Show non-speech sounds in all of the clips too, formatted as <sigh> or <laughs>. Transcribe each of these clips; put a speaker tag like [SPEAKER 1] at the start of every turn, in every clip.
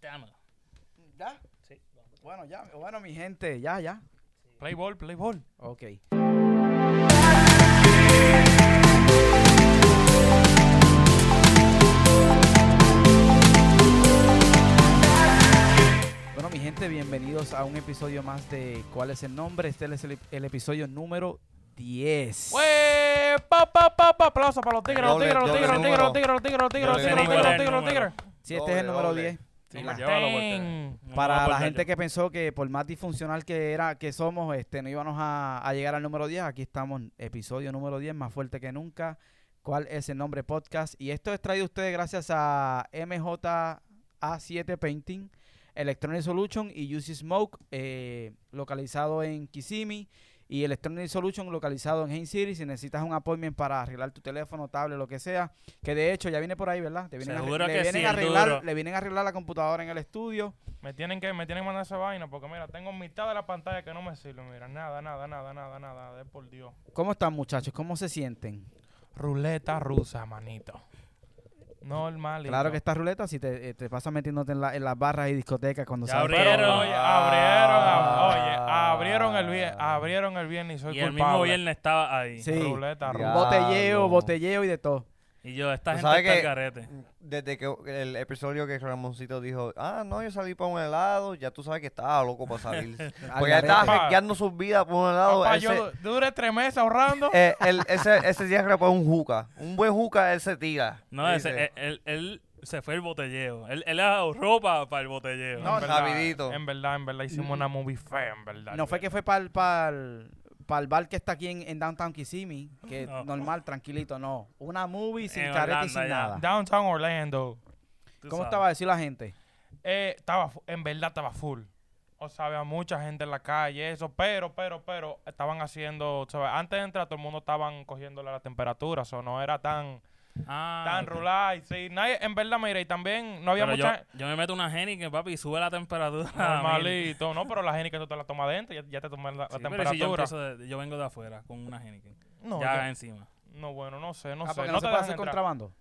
[SPEAKER 1] Dama.
[SPEAKER 2] ¿Ya?
[SPEAKER 1] Sí, vamos.
[SPEAKER 2] Bueno, ya. Bueno, mi gente, ya, ya.
[SPEAKER 3] Play ball, play ball.
[SPEAKER 2] Ok. Bueno, mi gente, bienvenidos a un episodio más de ¿Cuál es el nombre? Este es el, el episodio número 10.
[SPEAKER 3] ¡Wey! Pues, ¡Pa, pa, pa, pa! Aplauso para los tigres, los
[SPEAKER 4] Doble,
[SPEAKER 3] tigres, los
[SPEAKER 4] doble
[SPEAKER 3] tigres, los tigres, los tigres, los tigres, los tigres, los
[SPEAKER 4] Doble
[SPEAKER 3] tigres, los tigres,
[SPEAKER 4] número.
[SPEAKER 3] los tigres, los tigres.
[SPEAKER 2] Sí, este es el
[SPEAKER 4] Doble,
[SPEAKER 2] número Ah,
[SPEAKER 4] doble.
[SPEAKER 2] 10.
[SPEAKER 3] Sí,
[SPEAKER 2] Y
[SPEAKER 3] la
[SPEAKER 2] la-
[SPEAKER 3] llévalo,
[SPEAKER 1] Ten. No me voy a
[SPEAKER 2] Para la
[SPEAKER 1] portar
[SPEAKER 2] gente
[SPEAKER 1] yo.
[SPEAKER 2] que pensó que por más disfuncional que era que somos, este, no íbamos a, a llegar al número 10, aquí estamos, episodio número 10, más fuerte que nunca. ¿Cuál es el nombre podcast? Y esto es traído a ustedes gracias a MJA7 Painting, Electronic Solution y UC Smoke, eh, localizado en Kissimmee. Y Electronic Solution localizado en Hain City. Si necesitas un appointment para arreglar tu teléfono, tablet, lo que sea. Que de hecho ya viene por ahí, ¿verdad? Te vienen a arre-
[SPEAKER 1] Seguro
[SPEAKER 2] le,
[SPEAKER 1] que
[SPEAKER 2] vienen
[SPEAKER 1] sí,
[SPEAKER 2] a
[SPEAKER 1] el duro.
[SPEAKER 2] arreglar, le vienen a arreglar la computadora en el estudio.
[SPEAKER 3] Me tienen que, me tienen que mandar esa vaina porque mira, tengo mitad de la pantalla que no me sirve, mira, nada, nada, nada, nada, nada, de por Dios.
[SPEAKER 2] ¿Cómo están muchachos? ¿Cómo se sienten?
[SPEAKER 3] Ruleta rusa, manito. Normalito.
[SPEAKER 2] Claro que esta ruleta, si te, eh, te pasas metiéndote en, la- en las barras y discotecas cuando
[SPEAKER 1] Ya
[SPEAKER 2] sales.
[SPEAKER 3] Pero,
[SPEAKER 1] Abrieron. Ah.
[SPEAKER 3] oye, abrieron, ab- oye, abrieron el viernes, abrieron el viernes y soy
[SPEAKER 1] Y el
[SPEAKER 3] culpable.
[SPEAKER 1] mismo viernes estaba ahí.
[SPEAKER 2] Sí.
[SPEAKER 3] Ruleta
[SPEAKER 4] Ya.
[SPEAKER 3] rusa.
[SPEAKER 2] Botelleo,
[SPEAKER 4] Diablo.
[SPEAKER 2] botelleo y de todo.
[SPEAKER 1] Y yo, esta
[SPEAKER 4] Tú
[SPEAKER 1] gente
[SPEAKER 4] sabes
[SPEAKER 1] está al
[SPEAKER 4] que-
[SPEAKER 1] carete.
[SPEAKER 4] Desde que el episodio que Ramoncito dijo, ah, no, yo salí para un helado, ya tú sabes que estaba loco para salir. Porque ya
[SPEAKER 2] Al
[SPEAKER 4] estaba
[SPEAKER 3] garete.
[SPEAKER 4] hackeando sus vidas por un helado.
[SPEAKER 3] Papá,
[SPEAKER 4] Ese-
[SPEAKER 3] yo du- duré tres meses ahorrando.
[SPEAKER 4] eh, el- ese, ese día para un juca. Un buen juca, él se tira.
[SPEAKER 1] No, ese,
[SPEAKER 4] Dice,
[SPEAKER 3] eh,
[SPEAKER 1] él, él, él se fue el botelleo. Él, él ahorró para el botelleo.
[SPEAKER 3] No, en verdad,
[SPEAKER 4] rapidito.
[SPEAKER 3] En verdad, en verdad, hicimos una movie fea, en verdad.
[SPEAKER 2] No fue que fue para el, bar que está aquí en, en Downtown Kissimmee,
[SPEAKER 1] <laughs>
[SPEAKER 2] que
[SPEAKER 1] No.
[SPEAKER 2] normal, tranquilito, no. Una movie sin
[SPEAKER 1] En
[SPEAKER 2] careta y
[SPEAKER 1] Holanda, ya.
[SPEAKER 2] sin nada.
[SPEAKER 3] Downtown Orlando.
[SPEAKER 1] Tú
[SPEAKER 2] ¿Cómo
[SPEAKER 1] sabes.
[SPEAKER 2] estaba a decir la gente?
[SPEAKER 3] Eh, estaba, fu- en verdad estaba full. O sea, había mucha gente en la calle, eso, pero, pero, pero, estaban haciendo, ¿sabes? Antes de entrar, todo el mundo estaban cogiéndole la temperatura, o no era tan,
[SPEAKER 1] Ah,
[SPEAKER 3] tan
[SPEAKER 1] ok.
[SPEAKER 3] rural, sí. Nadie, en verdad, mira, y también no había
[SPEAKER 1] Pero <laughs>
[SPEAKER 3] mucha...
[SPEAKER 1] yo, Ah, yo me meto una Heineken, papi, y sube la temperatura. a mil.
[SPEAKER 3] Normalito, no, pero la Heineken tú te la tomas adentro, ya, ya te tomas la, la
[SPEAKER 1] Sí, pero
[SPEAKER 3] temperatura.
[SPEAKER 1] si yo, empiezo de- yo vengo de afuera con una Heineken.
[SPEAKER 3] no,
[SPEAKER 1] ya
[SPEAKER 3] yo-
[SPEAKER 1] encima.
[SPEAKER 3] no, bueno, no sé, no
[SPEAKER 2] ah,
[SPEAKER 3] sé.
[SPEAKER 2] porque no,
[SPEAKER 3] no
[SPEAKER 2] se puede
[SPEAKER 3] te dejan
[SPEAKER 2] hacer
[SPEAKER 3] entrar.
[SPEAKER 2] contrabando.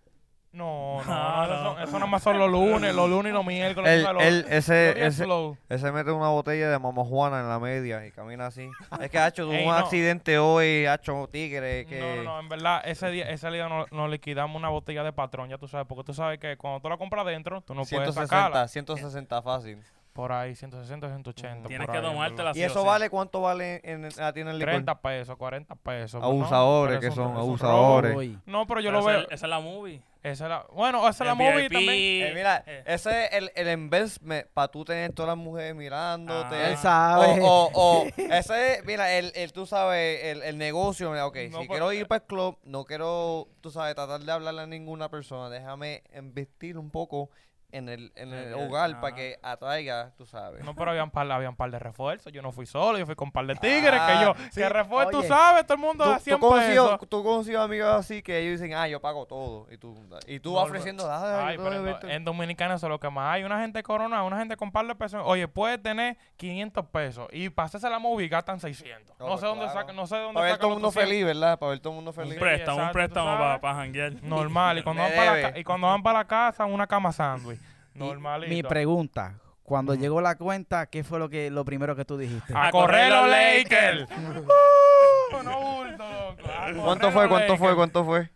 [SPEAKER 3] No, no,
[SPEAKER 1] No,
[SPEAKER 3] no,
[SPEAKER 1] no.
[SPEAKER 3] eso, eso nada más son los lunes, los lunes y los miércoles.
[SPEAKER 4] él-
[SPEAKER 3] tú sabes, los-
[SPEAKER 4] él-
[SPEAKER 3] los
[SPEAKER 4] ese,
[SPEAKER 3] días
[SPEAKER 4] ese,
[SPEAKER 3] slow.
[SPEAKER 4] ese mete una botella de mamá Juana en la media y camina
[SPEAKER 3] <laughs>
[SPEAKER 4] así. Es que ha hecho
[SPEAKER 3] Ey,
[SPEAKER 4] un
[SPEAKER 3] no.
[SPEAKER 4] accidente hoy, ha hecho tigre. Que...
[SPEAKER 3] No, no, no, en verdad, ese día, ese día nos, nos liquidamos una botella de patrón, ya tú sabes, porque tú sabes que cuando tú la compras dentro, tú no puedes
[SPEAKER 4] 160,
[SPEAKER 3] sacarla.
[SPEAKER 4] 160 fácil.
[SPEAKER 3] Por ahí, 160, 180.
[SPEAKER 1] Tienes
[SPEAKER 3] por
[SPEAKER 1] que
[SPEAKER 3] ahí, en
[SPEAKER 1] tomártela
[SPEAKER 3] verdad.
[SPEAKER 1] así
[SPEAKER 4] ¿Y
[SPEAKER 1] o
[SPEAKER 4] eso
[SPEAKER 1] sí.
[SPEAKER 4] vale cuánto vale en, en la tienda del licor?
[SPEAKER 3] 30 pesos, 40 pesos. pues, no,
[SPEAKER 4] Abusadores
[SPEAKER 3] pero
[SPEAKER 4] que
[SPEAKER 3] es un-
[SPEAKER 4] son,
[SPEAKER 3] es un
[SPEAKER 4] abusadores.
[SPEAKER 1] eh.
[SPEAKER 4] Pobre.
[SPEAKER 2] Uy.
[SPEAKER 3] robo. No, pero yo
[SPEAKER 1] Pero
[SPEAKER 3] lo
[SPEAKER 1] esa-
[SPEAKER 3] veo.
[SPEAKER 1] Esa es la movie.
[SPEAKER 3] Esa es la, bueno, esa es la
[SPEAKER 1] El
[SPEAKER 3] movie
[SPEAKER 1] VIP,
[SPEAKER 3] también.
[SPEAKER 4] Eh, mira,
[SPEAKER 1] eh.
[SPEAKER 4] ese es el, el investment para tú tener todas las mujeres mirándote.
[SPEAKER 1] Ah.
[SPEAKER 2] Él
[SPEAKER 1] Él
[SPEAKER 2] sabe.
[SPEAKER 4] O, o, o, ese es, mira, el, el, tú sabes, el, el negocio, mira, ok,
[SPEAKER 3] No,
[SPEAKER 4] si
[SPEAKER 3] pa-
[SPEAKER 4] quiero ir para el club, no quiero, tú sabes, tratar de hablarle a ninguna persona, déjame investir un poco en el, en el
[SPEAKER 1] Ok,
[SPEAKER 4] hogar
[SPEAKER 1] ah.
[SPEAKER 4] para que atraiga, tú sabes.
[SPEAKER 3] Eh, No, pero había un, par, había un par de refuerzos. Yo no fui solo, yo fui con un par de tigres. que
[SPEAKER 4] Ah,
[SPEAKER 3] yo,
[SPEAKER 4] sí,
[SPEAKER 3] que refuerzo, tú
[SPEAKER 2] oye,
[SPEAKER 3] sabes, todo el mundo
[SPEAKER 4] Tú,
[SPEAKER 3] da 100
[SPEAKER 4] tú conocido,
[SPEAKER 3] pesos.
[SPEAKER 4] tú conocido amigos así que ellos dicen, ah, yo pago todo. Y tú, y tú
[SPEAKER 3] No,
[SPEAKER 4] ofreciendo, "Ah,
[SPEAKER 3] Ay,
[SPEAKER 4] yo
[SPEAKER 3] pero
[SPEAKER 4] doy
[SPEAKER 3] en, do-
[SPEAKER 4] esto".
[SPEAKER 3] en Dominicana eso es lo que más hay. Una gente corona, una gente con par de pesos. Oye, puede tener 500 pesos y pasarse la movie y gastan 600.
[SPEAKER 4] No,
[SPEAKER 3] No,
[SPEAKER 4] pues
[SPEAKER 3] sé dónde
[SPEAKER 4] claro.
[SPEAKER 3] saca, no sé dónde
[SPEAKER 4] Para ver
[SPEAKER 3] sacan
[SPEAKER 4] todo el
[SPEAKER 3] los
[SPEAKER 4] mundo
[SPEAKER 3] 200.
[SPEAKER 4] feliz, ¿verdad? Para ver todo el mundo
[SPEAKER 1] Un
[SPEAKER 4] feliz.
[SPEAKER 1] préstamo, un
[SPEAKER 3] exacto, tú
[SPEAKER 1] préstamo para
[SPEAKER 3] sabes.
[SPEAKER 1] janguear.
[SPEAKER 4] <laughs>
[SPEAKER 3] Normal. Y cuando,
[SPEAKER 4] Me
[SPEAKER 3] van para la,
[SPEAKER 4] debe.
[SPEAKER 3] ca- y cuando van para la casa, una cama sándwich. Normalito.
[SPEAKER 2] Mi pregunta, cuando llegó la cuenta, ¿qué fue lo que lo primero que tú dijiste?
[SPEAKER 1] Ah,
[SPEAKER 3] a correr los Lakers. Uh, no bulto, loco. A
[SPEAKER 4] ¿Cuánto
[SPEAKER 3] correr
[SPEAKER 4] fue?
[SPEAKER 3] los
[SPEAKER 4] ¿Cuánto fue?
[SPEAKER 3] Lakers.
[SPEAKER 4] ¿Cuánto fue?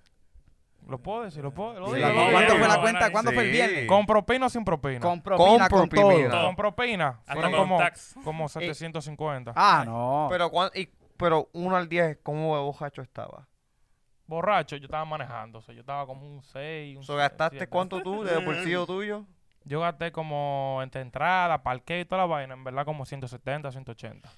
[SPEAKER 3] Lo puedo decir, lo puedo. Lo
[SPEAKER 4] Sí,
[SPEAKER 3] digo,
[SPEAKER 4] la-
[SPEAKER 3] lo digo.
[SPEAKER 2] ¿Cuánto fue la
[SPEAKER 1] no,
[SPEAKER 2] cuenta?
[SPEAKER 1] no,
[SPEAKER 2] ¿Cuándo fue el
[SPEAKER 4] sí.
[SPEAKER 2] viernes?
[SPEAKER 3] ¿Con propina o sin propina?
[SPEAKER 2] Con
[SPEAKER 3] Con,
[SPEAKER 2] propina,
[SPEAKER 4] Con
[SPEAKER 2] con,
[SPEAKER 4] propina. Eh.
[SPEAKER 2] todo.
[SPEAKER 3] propina.
[SPEAKER 1] Hasta
[SPEAKER 3] Fueron
[SPEAKER 1] con
[SPEAKER 3] como,
[SPEAKER 1] tax.
[SPEAKER 3] como 750.
[SPEAKER 2] Ah, no.
[SPEAKER 4] Pero, cuán- y- pero 1 al 10, ¿cómo de bojacho estaba?
[SPEAKER 3] Borracho, yo estaba manejando. o sea, yo estaba como un 6. Un
[SPEAKER 4] So,
[SPEAKER 3] siete,
[SPEAKER 4] ¿Gastaste
[SPEAKER 3] siete.
[SPEAKER 4] cuánto tú de
[SPEAKER 1] <laughs>
[SPEAKER 4] bolsillo tuyo?
[SPEAKER 3] Yo gasté como entre entrada, parque y toda la vaina. En verdad, como 170, 180.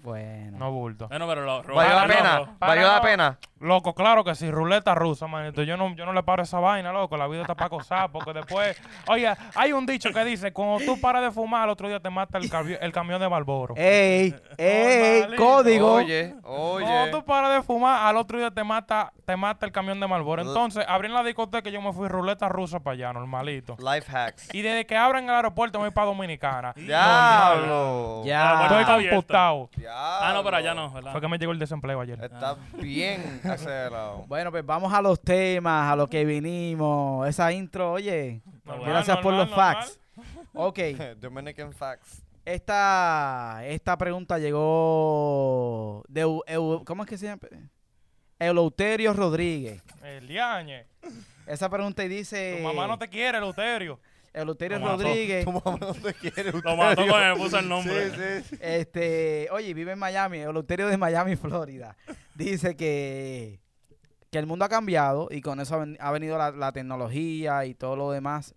[SPEAKER 2] bueno.
[SPEAKER 3] No bulto.
[SPEAKER 1] Bueno, pero lo
[SPEAKER 4] ¿Valió la
[SPEAKER 3] Para
[SPEAKER 4] pena?
[SPEAKER 3] no, para
[SPEAKER 4] ¿Valió la
[SPEAKER 3] no.
[SPEAKER 4] pena?
[SPEAKER 3] Loco, claro que sí, ruleta rusa, manito. Yo no, yo no le paro esa vaina, loco. La vida está para cosas, porque después. Oye, hay un dicho que dice: cuando tú paras de fumar, al otro día te mata el, cabio- el camión de Marlboro.
[SPEAKER 2] Eh, Ey, ey,
[SPEAKER 3] Normalito.
[SPEAKER 2] código.
[SPEAKER 4] Oye,
[SPEAKER 3] Cuando
[SPEAKER 4] oye.
[SPEAKER 3] tú paras de fumar, al otro día te mata, te mata el camión de Marlboro. Entonces, abrí la discoteca y yo me fui ruleta rusa para allá, normalito.
[SPEAKER 4] Life hacks.
[SPEAKER 3] Y desde que abran el aeropuerto me voy para Dominicana.
[SPEAKER 4] ¡Diablo!
[SPEAKER 1] Ah,
[SPEAKER 2] Ya.
[SPEAKER 1] bueno,
[SPEAKER 3] Estoy
[SPEAKER 1] está bien.
[SPEAKER 3] computado.
[SPEAKER 1] Ah, no, pero allá no, ¿verdad?
[SPEAKER 3] Fue que me llegó el desempleo ayer.
[SPEAKER 4] Está
[SPEAKER 1] Ah. <laughs>
[SPEAKER 4] bien acelerado.
[SPEAKER 2] Bueno, pues vamos a los temas, a lo que vinimos. Esa intro, oye.
[SPEAKER 3] Normal,
[SPEAKER 2] gracias por
[SPEAKER 3] normal,
[SPEAKER 2] los facts. Ok,
[SPEAKER 4] <laughs> Dominican Facts.
[SPEAKER 2] esta, esta pregunta llegó de... Eu- Eu- ¿Cómo es que se llama? Eleuterio Rodríguez.
[SPEAKER 3] El diañe.
[SPEAKER 2] Esa pregunta y dice...
[SPEAKER 4] Eh,
[SPEAKER 3] Tu mamá no te quiere, Luterio.
[SPEAKER 2] Eleuterio
[SPEAKER 1] Lo mató.
[SPEAKER 2] Rodríguez.
[SPEAKER 4] Tu mamá no te quiere.
[SPEAKER 1] Lo mató
[SPEAKER 4] Euterio.
[SPEAKER 1] cuando le puso el nombre.
[SPEAKER 4] Sí, sí. sí.
[SPEAKER 2] Este, oye, vive en Miami, Eleuterio de Miami, <laughs> Florida. Dice que, que el mundo ha cambiado y con eso ha ven- ha venido la, la tecnología y todo lo demás.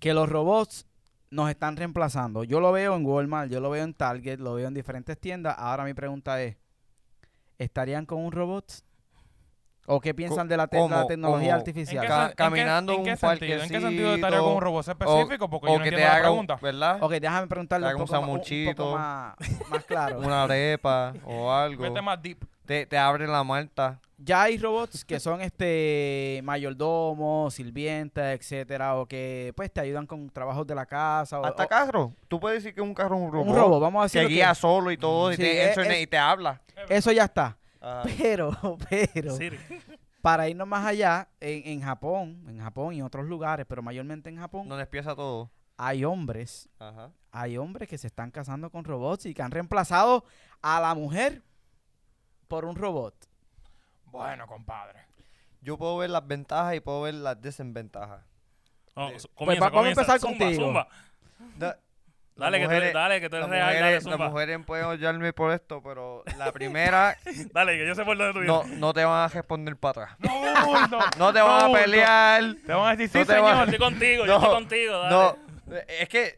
[SPEAKER 2] Que los robots nos están reemplazando. Yo lo veo en Walmart, yo lo veo en Target, lo veo en diferentes tiendas. Ahora mi pregunta es, ¿estarían con un robot? ¿O qué piensan de la, te- la
[SPEAKER 4] cómo?
[SPEAKER 2] tecnología
[SPEAKER 4] ¿Cómo?
[SPEAKER 3] ¿En
[SPEAKER 2] artificial?
[SPEAKER 3] qué
[SPEAKER 4] Ca-
[SPEAKER 3] sen- en qué-
[SPEAKER 4] caminando
[SPEAKER 3] en qué
[SPEAKER 4] un
[SPEAKER 3] sentido? ¿En qué sentido estaría
[SPEAKER 4] parquecito,
[SPEAKER 3] con un robot específico? Porque yo no entiendo la pregunta.
[SPEAKER 4] ¿verdad?
[SPEAKER 2] Ok, déjame preguntarle un
[SPEAKER 4] haga un
[SPEAKER 2] poco, ma- un- un
[SPEAKER 4] sanguchito.
[SPEAKER 2] poco más, más
[SPEAKER 4] <laughs>
[SPEAKER 2] claro.
[SPEAKER 4] Una arepa o algo.
[SPEAKER 3] Vete más deep.
[SPEAKER 4] Te, te abre la malta.
[SPEAKER 2] Ya hay robots que son este mayordomos, sirvientas, etcétera, o que pues te ayudan con trabajos de la casa. O,
[SPEAKER 4] Hasta
[SPEAKER 2] o-
[SPEAKER 4] carro. Tú puedes decir que un carro es Oh. un robot.
[SPEAKER 2] un robot, vamos a decir.
[SPEAKER 4] Que guía solo y todo. y,
[SPEAKER 2] Sí,
[SPEAKER 4] te,
[SPEAKER 2] es-
[SPEAKER 4] internet
[SPEAKER 2] es-
[SPEAKER 4] y te habla.
[SPEAKER 2] Eso ya está.
[SPEAKER 4] Ajá.
[SPEAKER 2] Pero, <laughs> pero,
[SPEAKER 1] Siri.
[SPEAKER 2] para irnos más allá, en, en Japón, en Japón y en otros lugares, pero mayormente en Japón,
[SPEAKER 4] Donde empieza todo.
[SPEAKER 2] hay hombres,
[SPEAKER 4] Ajá.
[SPEAKER 2] hay hombres que se están casando con robots y que han reemplazado a la mujer por un robot.
[SPEAKER 3] Bueno,
[SPEAKER 4] <laughs>
[SPEAKER 3] compadre.
[SPEAKER 4] Yo puedo ver las ventajas y puedo ver las desventajas.
[SPEAKER 1] No,
[SPEAKER 4] Pues
[SPEAKER 1] su-
[SPEAKER 2] va-
[SPEAKER 1] comienza,
[SPEAKER 2] vamos a
[SPEAKER 1] comienza.
[SPEAKER 2] empezar
[SPEAKER 1] Zumba,
[SPEAKER 2] contigo.
[SPEAKER 1] zumba.
[SPEAKER 4] <laughs> Da-
[SPEAKER 1] Dale,
[SPEAKER 4] las
[SPEAKER 1] que tú eres,
[SPEAKER 4] mujeres-
[SPEAKER 1] dale, que tú eres
[SPEAKER 4] Las
[SPEAKER 1] real, dale,
[SPEAKER 4] mujeres, las
[SPEAKER 1] zumba.
[SPEAKER 4] mujeres pueden odiarme por esto, pero
[SPEAKER 1] <laughs>
[SPEAKER 4] la primera
[SPEAKER 1] Dale, que yo sé por dónde tú vienes.
[SPEAKER 4] no, no te van a responder para atrás.
[SPEAKER 3] No, burdo.
[SPEAKER 4] No te van
[SPEAKER 3] burdo.
[SPEAKER 4] a pelear.
[SPEAKER 3] Te van a decir, sí,
[SPEAKER 4] No te
[SPEAKER 3] señor.
[SPEAKER 4] vas-
[SPEAKER 1] Estoy contigo, yo
[SPEAKER 4] No,
[SPEAKER 1] estoy contigo, dale.
[SPEAKER 4] No, es que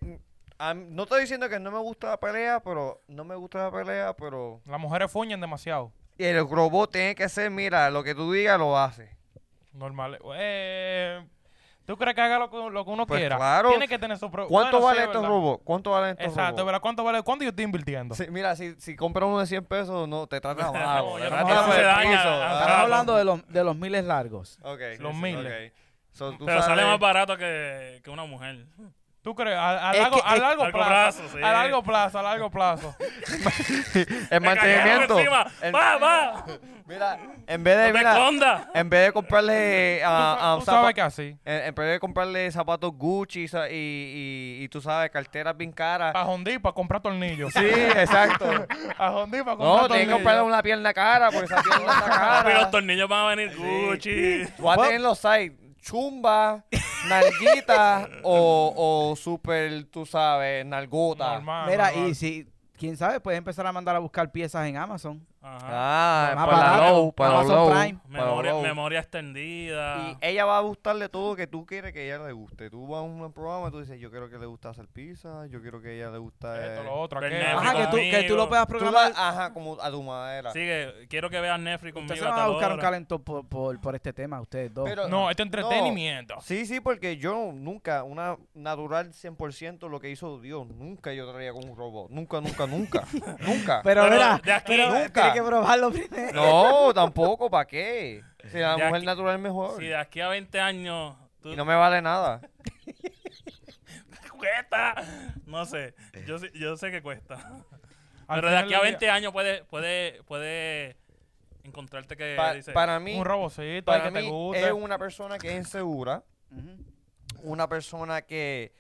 [SPEAKER 4] a mí- no estoy diciendo que no me gusta la pelea, pero no me gusta la pelea, pero
[SPEAKER 3] Las mujeres fuñen demasiado.
[SPEAKER 4] y el robot tiene que ser, mira, lo que tú digas lo hace.
[SPEAKER 3] Normal. Eh, ¿Tú crees que haga lo que, lo que uno
[SPEAKER 4] Pues
[SPEAKER 3] quiera?
[SPEAKER 4] claro.
[SPEAKER 3] Tiene que tener su pro- Bueno,
[SPEAKER 4] ¿Cuánto
[SPEAKER 3] sí,
[SPEAKER 4] valen
[SPEAKER 3] es
[SPEAKER 4] estos
[SPEAKER 3] verdad.
[SPEAKER 4] robots? ¿Cuánto valen estos
[SPEAKER 3] Exacto,
[SPEAKER 4] robots?
[SPEAKER 3] ¿verdad? ¿Cuánto vale? ¿Cuánto yo estoy invirtiendo?
[SPEAKER 4] Sí, mira, si, si compras uno de 100 pesos, no, te trata mal.
[SPEAKER 1] No,
[SPEAKER 4] te
[SPEAKER 1] yo
[SPEAKER 4] trata
[SPEAKER 1] tampoco
[SPEAKER 4] por
[SPEAKER 1] se
[SPEAKER 4] el
[SPEAKER 1] daña,
[SPEAKER 4] piso,
[SPEAKER 1] ah,
[SPEAKER 4] ah,
[SPEAKER 2] Estamos
[SPEAKER 1] Ah,
[SPEAKER 2] hablando de los, de los miles largos.
[SPEAKER 4] ok, sí,
[SPEAKER 3] los
[SPEAKER 4] sí,
[SPEAKER 3] miles.
[SPEAKER 4] ok. So, tú
[SPEAKER 1] Pero sale
[SPEAKER 4] sabes-
[SPEAKER 1] más barato que, que una mujer.
[SPEAKER 3] ¿Tú crees? A, a
[SPEAKER 2] Es
[SPEAKER 3] largo,
[SPEAKER 2] que-
[SPEAKER 3] a
[SPEAKER 2] es-
[SPEAKER 1] largo
[SPEAKER 3] largo plazo.
[SPEAKER 1] plazo, sí.
[SPEAKER 3] A largo plazo, a largo plazo.
[SPEAKER 1] ¡Te
[SPEAKER 4] El
[SPEAKER 1] cayeron
[SPEAKER 4] mantenimiento.
[SPEAKER 1] encima!
[SPEAKER 4] el-
[SPEAKER 1] ¡Va, va!
[SPEAKER 4] mira, en vez de,
[SPEAKER 1] ¡No te
[SPEAKER 4] mira,
[SPEAKER 1] escondas!
[SPEAKER 4] en vez de comprarle a, a
[SPEAKER 3] Tú
[SPEAKER 4] un
[SPEAKER 3] sabes
[SPEAKER 4] Ah, zapa-
[SPEAKER 3] que así.
[SPEAKER 4] En, en vez de comprarle zapatos Gucci sa- y, y, y tú sabes, carteras bien caras.
[SPEAKER 3] A Hondi para comprar tornillos.
[SPEAKER 4] Sí, exacto.
[SPEAKER 3] A Hondi para comprar
[SPEAKER 4] No, tienes que
[SPEAKER 3] tornillos.
[SPEAKER 4] comprarle una pierna cara porque esa pierna
[SPEAKER 1] <laughs>
[SPEAKER 4] está
[SPEAKER 1] Papi, los
[SPEAKER 4] cara.
[SPEAKER 1] tornillos van a venir Gucci.
[SPEAKER 4] Tú vas a tener los sites. <laughs> Chumba, nalguita o, o super, tú sabes, nalgota.
[SPEAKER 3] Normal,
[SPEAKER 2] Mira,
[SPEAKER 3] normal.
[SPEAKER 2] y si, quién sabe, puedes empezar a mandar a buscar piezas en Amazon.
[SPEAKER 1] Ajá.
[SPEAKER 4] Ah,
[SPEAKER 2] Más
[SPEAKER 4] para la
[SPEAKER 2] barato.
[SPEAKER 4] low, para la
[SPEAKER 2] Amazon
[SPEAKER 4] low.
[SPEAKER 2] Prime.
[SPEAKER 4] para la
[SPEAKER 1] Memoria,
[SPEAKER 4] low.
[SPEAKER 1] memoria extendida.
[SPEAKER 4] Y ella va a gustarle todo que tú quieres que ella le guste. Tú vas a un programa y tú dices, yo quiero que le gusta hacer pizza, yo quiero que ella le gusta...
[SPEAKER 3] Esto, lo otro,
[SPEAKER 1] del
[SPEAKER 3] aquello.
[SPEAKER 1] Netflix.
[SPEAKER 2] Ajá, Ah, que tú, que tú lo
[SPEAKER 1] conmigo.
[SPEAKER 2] puedas
[SPEAKER 4] Tú
[SPEAKER 2] programar. Ah,
[SPEAKER 4] la- ajá, como a tu madera.
[SPEAKER 1] Sigue, quiero que veas Netflix conmigo.
[SPEAKER 2] Ustedes se van
[SPEAKER 1] a
[SPEAKER 2] a
[SPEAKER 1] tal
[SPEAKER 2] buscar un
[SPEAKER 1] hora.
[SPEAKER 2] calentón por, por, por este tema, ustedes dos.
[SPEAKER 4] Pero-
[SPEAKER 3] No, esto es entretenimiento.
[SPEAKER 4] Sí, sí, porque yo nunca, una natural 100% lo que hizo Dios, nunca yo traía con un robot. Nunca,
[SPEAKER 3] <laughs>
[SPEAKER 4] nunca, nunca. nunca.
[SPEAKER 2] pero,
[SPEAKER 1] Pero
[SPEAKER 2] mira,
[SPEAKER 1] de aquí-
[SPEAKER 2] pero
[SPEAKER 4] Nunca.
[SPEAKER 2] tienes que probarlo primero.
[SPEAKER 4] No, tampoco, ¿para qué? Si la
[SPEAKER 1] De
[SPEAKER 4] mujer
[SPEAKER 1] aquí-
[SPEAKER 4] natural es mejor.
[SPEAKER 1] Si de aquí a 20 años tú
[SPEAKER 4] Y no me vale nada.
[SPEAKER 1] cuesta, no sé. Yo, sé- yo sé que cuesta.
[SPEAKER 3] Al
[SPEAKER 1] Pero de
[SPEAKER 3] final
[SPEAKER 1] aquí a
[SPEAKER 3] del
[SPEAKER 1] 20 años puede, puede, puede encontrarte que
[SPEAKER 4] Pa-
[SPEAKER 1] Eh, dice,
[SPEAKER 4] para
[SPEAKER 3] día,
[SPEAKER 4] mí,
[SPEAKER 3] Un robocito
[SPEAKER 4] para
[SPEAKER 3] que te
[SPEAKER 4] mí
[SPEAKER 3] guste.
[SPEAKER 4] es una persona que es insegura,
[SPEAKER 2] Ujú.
[SPEAKER 4] una persona que,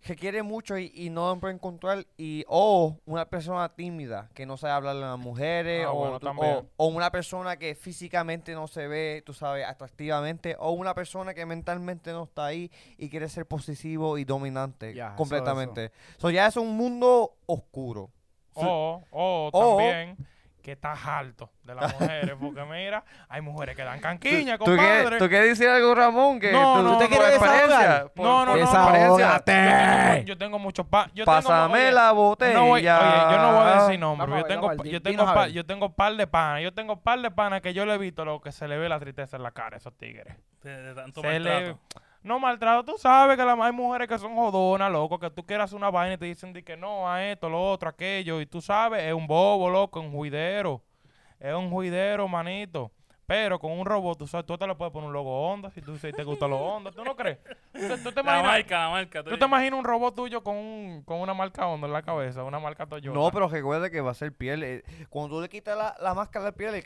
[SPEAKER 4] que quiere mucho y, y no puede encontrar, y o una persona tímida que no sabe hablarle a las mujeres,
[SPEAKER 3] Ah,
[SPEAKER 4] o,
[SPEAKER 3] bueno,
[SPEAKER 4] tú-
[SPEAKER 3] también.
[SPEAKER 4] o- o una persona que físicamente no se ve, tú sabes, atractivamente, o una persona que mentalmente no está ahí y quiere ser posesivo y dominante
[SPEAKER 2] Ya, eso-
[SPEAKER 4] completamente. So, ya es un mundo oscuro.
[SPEAKER 3] O, o
[SPEAKER 4] O-
[SPEAKER 3] también que estás alto de las mujeres. Porque mira, hay mujeres que dan canquiña,
[SPEAKER 4] ¿Tú, quieres,
[SPEAKER 3] compadre.
[SPEAKER 4] tú quieres decir algo, Ramón? Que
[SPEAKER 3] No,
[SPEAKER 4] tú,
[SPEAKER 3] no,
[SPEAKER 4] tú
[SPEAKER 3] no,
[SPEAKER 4] por
[SPEAKER 2] no,
[SPEAKER 4] experiencia.
[SPEAKER 2] desahogar.
[SPEAKER 4] por-
[SPEAKER 3] No, no,
[SPEAKER 4] por
[SPEAKER 3] no,
[SPEAKER 4] experiencia.
[SPEAKER 2] ¡Desahógate!
[SPEAKER 3] Yo tengo muchos pa. Yo
[SPEAKER 4] Pásame
[SPEAKER 3] tengo, oye,
[SPEAKER 4] la botella. Ah.
[SPEAKER 3] No voy, oye, yo no voy a decir
[SPEAKER 2] Vamos a
[SPEAKER 3] nombre. Yo
[SPEAKER 2] ver,
[SPEAKER 3] tengo,
[SPEAKER 2] vamos a ver,
[SPEAKER 3] yo,
[SPEAKER 2] di-
[SPEAKER 3] tengo
[SPEAKER 2] dinos a
[SPEAKER 3] pa-
[SPEAKER 2] ver.
[SPEAKER 3] yo tengo par de panas. Yo tengo par de panas que yo le he visto lo que se le ve la tristeza en la cara a esos tigres.
[SPEAKER 1] de, de tanto
[SPEAKER 3] Se le-
[SPEAKER 1] maltrato.
[SPEAKER 3] No, maltrato, tú sabes que la, hay mujeres que son jodonas, loco, que tú quieras hacer una vaina y te dicen de que no, a esto, lo otro, aquello, y tú sabes, es un bobo, loco, un juidero, es un juidero, manito. Pero con un robot, tú sabes, tú te le puedes poner un logo Honda si tú si te gustan los Honda. ¿Tú no crees? O sea, ¿Tú te
[SPEAKER 1] <laughs> La
[SPEAKER 3] imaginas,
[SPEAKER 1] marca, la marca.
[SPEAKER 3] ¿tú te imaginas un robot tuyo con, un, con una marca Honda en la cabeza? Una marca Toyota.
[SPEAKER 4] No, pero recuerda que va a ser piel. eh, Cuando tú le quitas la, la máscara de piel. eh,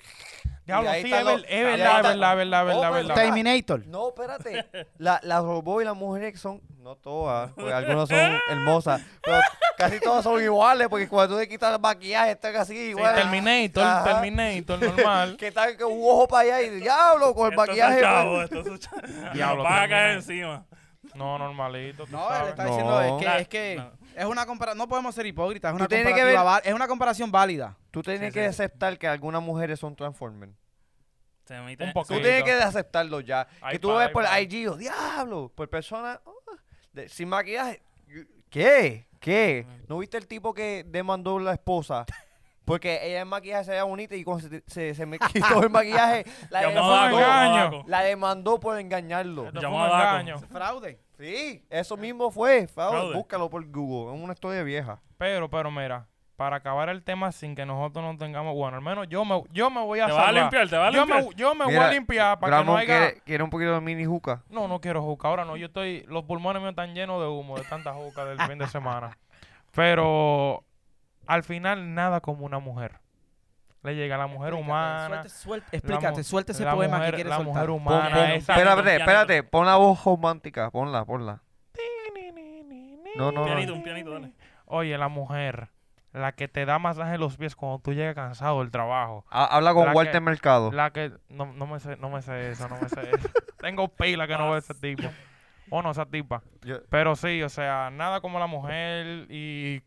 [SPEAKER 3] Diablo,
[SPEAKER 4] y ahí
[SPEAKER 3] sí,
[SPEAKER 4] está
[SPEAKER 3] es
[SPEAKER 4] lo-
[SPEAKER 3] ver- es
[SPEAKER 4] ahí
[SPEAKER 3] verdad, es
[SPEAKER 4] está-
[SPEAKER 3] verdad, es verdad, es
[SPEAKER 4] Oh,
[SPEAKER 3] verdad, es
[SPEAKER 4] pero-
[SPEAKER 3] verdad.
[SPEAKER 2] Terminator.
[SPEAKER 4] No, espérate. La- Las robots y las mujeres son. No todas, porque algunas son hermosas. Pero casi todas son iguales, porque cuando tú le quitas el maquillaje, están así igual.
[SPEAKER 3] Terminator,
[SPEAKER 4] Ajá.
[SPEAKER 3] Terminator,
[SPEAKER 4] <laughs>
[SPEAKER 3] normal.
[SPEAKER 4] Que están con un ojo para allá y diablo, con el maquillaje.
[SPEAKER 1] Chavo, esto es un chavo.
[SPEAKER 3] Diablo,
[SPEAKER 1] Vas a caer
[SPEAKER 3] termina.
[SPEAKER 1] encima.
[SPEAKER 3] No, normalito. tú
[SPEAKER 2] No, él
[SPEAKER 3] sabes.
[SPEAKER 2] está
[SPEAKER 4] No.
[SPEAKER 2] diciendo es que,
[SPEAKER 1] Claro,
[SPEAKER 2] es, que
[SPEAKER 1] no.
[SPEAKER 2] es una comparación, no podemos ser hipócritas, es
[SPEAKER 4] Tú
[SPEAKER 2] una,
[SPEAKER 4] tienes que
[SPEAKER 2] comparativa
[SPEAKER 4] ver-
[SPEAKER 2] va- es una comparación válida.
[SPEAKER 4] Tú tienes
[SPEAKER 1] Sí,
[SPEAKER 4] que
[SPEAKER 1] sí.
[SPEAKER 4] aceptar que algunas mujeres son transformers.
[SPEAKER 1] Se me-
[SPEAKER 3] Un poco.
[SPEAKER 4] Tú
[SPEAKER 3] Sí,
[SPEAKER 4] tienes
[SPEAKER 3] no.
[SPEAKER 4] que aceptarlo ya.
[SPEAKER 3] Ay,
[SPEAKER 4] que tú
[SPEAKER 3] pa,
[SPEAKER 4] ves
[SPEAKER 3] ay,
[SPEAKER 4] por
[SPEAKER 3] pa.
[SPEAKER 4] IG, oh, diablo, por persona oh, de- sin maquillaje. Yo- ¿Qué? ¿Qué? ¿No viste el tipo que demandó
[SPEAKER 3] <laughs>
[SPEAKER 4] la esposa? Porque ella en maquillaje se veía bonita y cuando se, se- se me quitó
[SPEAKER 3] <laughs>
[SPEAKER 4] el maquillaje, la
[SPEAKER 3] Llamó
[SPEAKER 1] Llamó
[SPEAKER 3] fue un
[SPEAKER 1] a Daco,
[SPEAKER 4] demandó,
[SPEAKER 1] llamó a
[SPEAKER 3] engaño.
[SPEAKER 1] Daco.
[SPEAKER 4] la demandó por engañarlo.
[SPEAKER 3] Esto fue
[SPEAKER 1] Llamó
[SPEAKER 3] un
[SPEAKER 1] a Daco.
[SPEAKER 3] engaño.
[SPEAKER 2] Fraude.
[SPEAKER 4] Sí, eso mismo fue. Fauda,
[SPEAKER 1] Fraude.
[SPEAKER 4] Búscalo por Google, es una historia vieja.
[SPEAKER 3] Pero, pero mira, para acabar el tema sin que nosotros no tengamos, bueno, al menos yo me, yo me voy a
[SPEAKER 1] Te vas a
[SPEAKER 3] salvar.
[SPEAKER 1] limpiar, te vas a
[SPEAKER 3] yo
[SPEAKER 1] limpiar.
[SPEAKER 3] me, yo me voy
[SPEAKER 4] Mira,
[SPEAKER 3] a limpiar para que no
[SPEAKER 4] Gramón
[SPEAKER 3] haya...
[SPEAKER 4] quiere, quiere un poquito de mini juca.
[SPEAKER 3] No, no quiero juca. Ahora no, yo estoy. Los pulmones míos están llenos de humo, de tanta juca del fin de semana. Pero al final, nada como una mujer. Le llega a la mujer humana.
[SPEAKER 2] Suelte, suelte, explícate,
[SPEAKER 3] mu-
[SPEAKER 2] suelta ese
[SPEAKER 3] la
[SPEAKER 2] poema
[SPEAKER 3] mujer-
[SPEAKER 2] que quieres
[SPEAKER 3] La
[SPEAKER 2] soltar.
[SPEAKER 3] mujer
[SPEAKER 4] Pon-
[SPEAKER 3] humana.
[SPEAKER 4] pon-
[SPEAKER 3] esa-
[SPEAKER 4] espérate,
[SPEAKER 1] pianito.
[SPEAKER 4] espérate, pon la voz romántica, ponla, ponla. No, no,
[SPEAKER 1] Un
[SPEAKER 4] no.
[SPEAKER 1] pianito, un pianito, dale.
[SPEAKER 3] Oye, la mujer. La que te da masaje en los pies cuando tú llegas cansado del trabajo.
[SPEAKER 4] Ha- habla con
[SPEAKER 3] La que-
[SPEAKER 4] Walter Mercado.
[SPEAKER 3] La que. No, no, me sé, no me sé eso, no me sé eso. Tengo pila que no veo ese tipo. O no, esa tipa.
[SPEAKER 4] Yo-
[SPEAKER 3] Pero sí, o sea, nada como la mujer y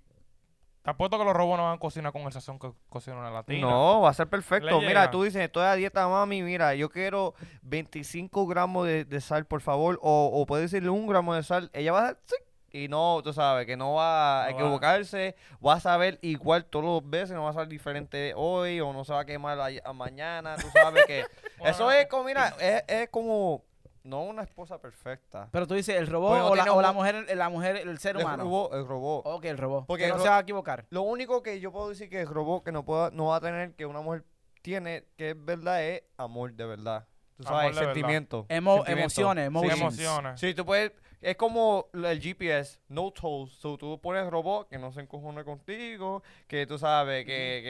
[SPEAKER 3] te apuesto que los robos no van a cocinar con el sazón que cocina una latina.
[SPEAKER 4] No, va a ser perfecto.
[SPEAKER 3] Le
[SPEAKER 4] Mira,
[SPEAKER 3] llega.
[SPEAKER 4] tú dices, estoy a dieta, mami. Mira, yo quiero 25 gramos de, de sal, por favor. O, o puedes decirle un gramo de sal. Ella va a... "Sí". Y no, tú sabes, que no va a
[SPEAKER 1] No va.
[SPEAKER 4] equivocarse. Va a saber igual todos los veces. No va a ser diferente hoy o no se va a quemar a, a mañana. Tú sabes
[SPEAKER 3] <laughs>
[SPEAKER 4] que... Eso es como, mira, es, es como... No una esposa perfecta.
[SPEAKER 2] Pero tú dices el robot
[SPEAKER 4] Bueno,
[SPEAKER 2] o, la,
[SPEAKER 4] tiene
[SPEAKER 2] o la
[SPEAKER 4] un-
[SPEAKER 2] mujer, la mujer, el ser
[SPEAKER 4] El
[SPEAKER 2] humano.
[SPEAKER 4] robot, el robot.
[SPEAKER 2] Ok, el robot. Porque
[SPEAKER 4] Porque el
[SPEAKER 2] no
[SPEAKER 4] ro-
[SPEAKER 2] se va a equivocar.
[SPEAKER 4] Lo único que yo puedo decir que el robot que no, pueda, no va a tener que una mujer tiene que es verdad es amor de verdad. Tú
[SPEAKER 3] Amor
[SPEAKER 4] sabes,
[SPEAKER 3] de verdad.
[SPEAKER 4] sentimiento.
[SPEAKER 2] Emo-
[SPEAKER 4] sentimiento.
[SPEAKER 2] emociones, emotions.
[SPEAKER 3] emociones.
[SPEAKER 4] Sí, tú puedes. Es como el GPS, no tolls. So, tú pones robot que no se encojone contigo, que tú sabes, que,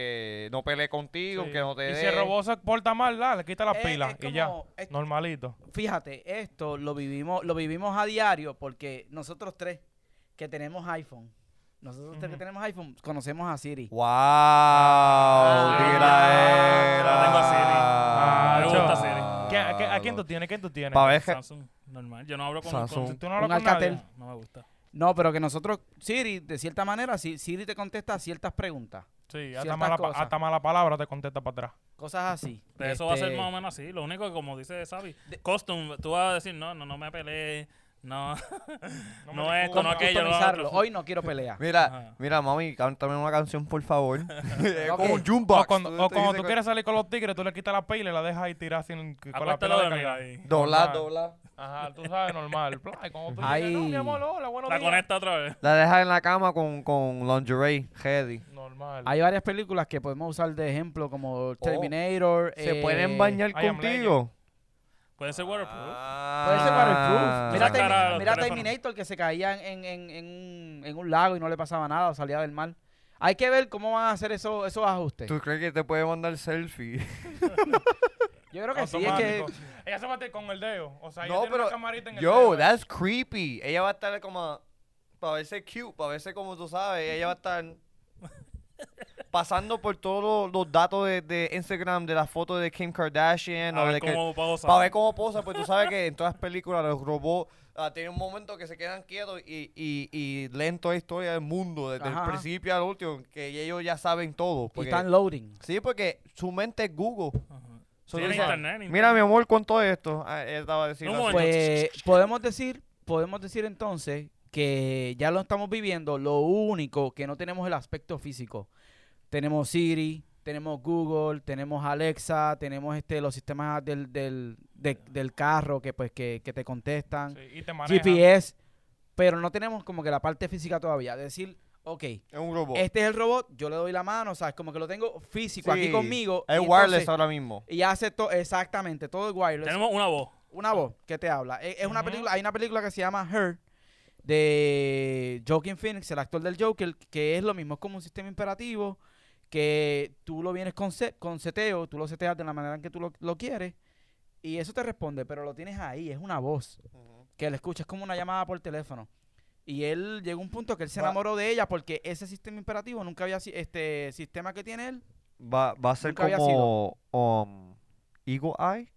[SPEAKER 4] que no pelee contigo, que no te
[SPEAKER 3] y
[SPEAKER 4] dé.
[SPEAKER 3] si el robot se porta mal, la, le quita las
[SPEAKER 2] Es-
[SPEAKER 3] pilas
[SPEAKER 2] es
[SPEAKER 3] y ya.
[SPEAKER 2] como- es-
[SPEAKER 3] Normalito.
[SPEAKER 2] Fíjate, esto lo vivimos, lo vivimos a diario porque nosotros tres que tenemos iPhone, nosotros tres que
[SPEAKER 3] Ujú.
[SPEAKER 2] tenemos iPhone, conocemos a Siri.
[SPEAKER 4] ¡Wow!
[SPEAKER 1] no
[SPEAKER 3] Ah,
[SPEAKER 1] tengo a Siri.
[SPEAKER 4] tiraera.
[SPEAKER 1] No me gusta Siri.
[SPEAKER 3] ¿Qué- a, qué- a quién tú tienes? ¿Quién tú tienes?
[SPEAKER 4] Ah, Pa' ver,
[SPEAKER 1] Samsung, normal. Yo no hablo con,
[SPEAKER 4] Samsung.
[SPEAKER 1] con-
[SPEAKER 3] Tú no hablas
[SPEAKER 2] Un
[SPEAKER 3] con nadie.
[SPEAKER 2] Alcatel.
[SPEAKER 1] No me gusta.
[SPEAKER 2] No, pero que nosotros, Siri, de cierta manera, si- Siri te contesta ciertas preguntas,
[SPEAKER 3] Sí, hasta
[SPEAKER 2] Ciertas
[SPEAKER 3] mala, pa-
[SPEAKER 2] cosas.
[SPEAKER 3] hasta mala palabra te contesta para atrás.
[SPEAKER 2] cosas así.
[SPEAKER 1] De eso va a ser
[SPEAKER 2] Este,
[SPEAKER 1] más o menos así. Lo único que, como dice Sabi, custom, tú vas a decir, no, no, no me peleé, no, <laughs>
[SPEAKER 3] No
[SPEAKER 1] no,
[SPEAKER 3] me
[SPEAKER 1] esto, no
[SPEAKER 3] discutas.
[SPEAKER 1] aquello, no lo
[SPEAKER 2] customizarlo.
[SPEAKER 1] otro.
[SPEAKER 2] Hoy no quiero
[SPEAKER 4] <laughs>
[SPEAKER 2] pelear.
[SPEAKER 4] Mira,
[SPEAKER 1] Ajá.
[SPEAKER 4] mira, mami, cántame una canción, por favor.
[SPEAKER 3] <laughs>
[SPEAKER 4] <laughs> Es
[SPEAKER 2] Ok.
[SPEAKER 4] como un jukebox.
[SPEAKER 3] O cuando,
[SPEAKER 4] Tú-
[SPEAKER 3] o
[SPEAKER 4] tú
[SPEAKER 3] cuando
[SPEAKER 4] dices
[SPEAKER 3] tú quieres salir con los tigres, tú le quitas la pila y la dejas ahí tirar sin, con la
[SPEAKER 1] Acuéstalo
[SPEAKER 3] pila de
[SPEAKER 1] de mí
[SPEAKER 3] calidad.
[SPEAKER 1] ahí.
[SPEAKER 4] Dobla,
[SPEAKER 3] Normal.
[SPEAKER 4] dobla.
[SPEAKER 3] Ajá, tú sabes, normal. Pla, y cuando tú
[SPEAKER 2] Ahí.
[SPEAKER 3] dices, no, mi amor, hola, buenos
[SPEAKER 1] La
[SPEAKER 3] días.
[SPEAKER 1] conecta otra vez.
[SPEAKER 4] La dejas en la cama con, con lingerie, heavy.
[SPEAKER 3] Normal.
[SPEAKER 2] Hay varias películas que podemos usar de ejemplo, como Terminator.
[SPEAKER 4] Oh. ¿Se
[SPEAKER 2] eh,
[SPEAKER 4] pueden bañar
[SPEAKER 3] I am
[SPEAKER 4] contigo?
[SPEAKER 1] Puede ser
[SPEAKER 4] Ah,
[SPEAKER 1] waterproof.
[SPEAKER 2] Puede ser waterproof. Mira,
[SPEAKER 1] Esa cara
[SPEAKER 2] Termi-
[SPEAKER 1] de los
[SPEAKER 2] mira
[SPEAKER 1] teléfonos.
[SPEAKER 2] Terminator que se caía en, en- en un, en un lago y no le pasaba nada o salía del mar. Hay que ver cómo van a hacer esos, esos ajustes.
[SPEAKER 4] ¿Tú crees que te puede mandar
[SPEAKER 3] <laughs>
[SPEAKER 4] selfie?
[SPEAKER 2] Yo creo que sí, es que...
[SPEAKER 3] Automático. Ella se bate con el dedo. O sea, ella
[SPEAKER 4] No,
[SPEAKER 3] tiene
[SPEAKER 4] pero-
[SPEAKER 3] una camarita en el
[SPEAKER 4] Yo,
[SPEAKER 3] dedo.
[SPEAKER 4] that's creepy. Ella va a estar como... Para verse cute, para verse como tú sabes. Ella va
[SPEAKER 3] <laughs>
[SPEAKER 4] a estar... Pasando por todos los datos de, de Instagram, de las fotos de Kim Kardashian.
[SPEAKER 1] A
[SPEAKER 4] o
[SPEAKER 1] ver
[SPEAKER 4] de que-
[SPEAKER 1] cómo pausa.
[SPEAKER 4] Para ver cómo posa, pues tú sabes que en todas las películas los robots ah, tienen un momento que se quedan quietos y, y, y leen toda la historia del mundo, desde
[SPEAKER 2] Ajá.
[SPEAKER 4] el principio al último, que ellos ya saben todo.
[SPEAKER 2] y
[SPEAKER 4] Porque,
[SPEAKER 2] están loading.
[SPEAKER 4] sí, porque su mente es Google.
[SPEAKER 1] Ajá.
[SPEAKER 4] So,
[SPEAKER 1] Tiene
[SPEAKER 4] tú dices,
[SPEAKER 1] internet, internet.
[SPEAKER 4] Mira, mi amor, ¿cuánto es esto? Ah, él estaba diciendo.
[SPEAKER 1] No,
[SPEAKER 4] así.
[SPEAKER 1] bueno.
[SPEAKER 2] Pues podemos decir, podemos decir entonces que ya lo estamos viviendo, lo único que no tenemos el aspecto físico. Tenemos Siri, tenemos Google, tenemos Alexa, tenemos este los sistemas del, del, de- del carro que pues que, que te contestan,
[SPEAKER 3] Sí, y te maneja.
[SPEAKER 2] GPS, pero no tenemos como que la parte física todavía, decir, Ok,
[SPEAKER 4] Es un robot.
[SPEAKER 2] este es el robot, yo le doy la mano, ¿sabes? Como que lo tengo físico aquí
[SPEAKER 4] Sí,
[SPEAKER 2] conmigo.
[SPEAKER 4] Es
[SPEAKER 2] y
[SPEAKER 4] wireless
[SPEAKER 2] entonces-
[SPEAKER 4] ahora mismo.
[SPEAKER 2] Y hace todo, exactamente, todo el wireless.
[SPEAKER 1] Tenemos una voz.
[SPEAKER 2] Una voz que te habla. E, Es, es una
[SPEAKER 3] Ujú.
[SPEAKER 2] película, hay una película que se llama Her de Joaquin Phoenix, el actor del Joker, que es lo mismo, es como un sistema imperativo que tú lo vienes con, se- con seteo, tú lo seteas de la manera en que tú lo, lo quieres y eso te responde, pero lo tienes ahí, es una voz que le escuchas como una llamada por teléfono. Y él llegó a un punto que él se
[SPEAKER 4] Va-
[SPEAKER 2] enamoró de ella porque ese sistema imperativo nunca había si- este sistema que tiene él.
[SPEAKER 4] Va, va a ser
[SPEAKER 2] Nunca había
[SPEAKER 4] como um, Eagle Eye.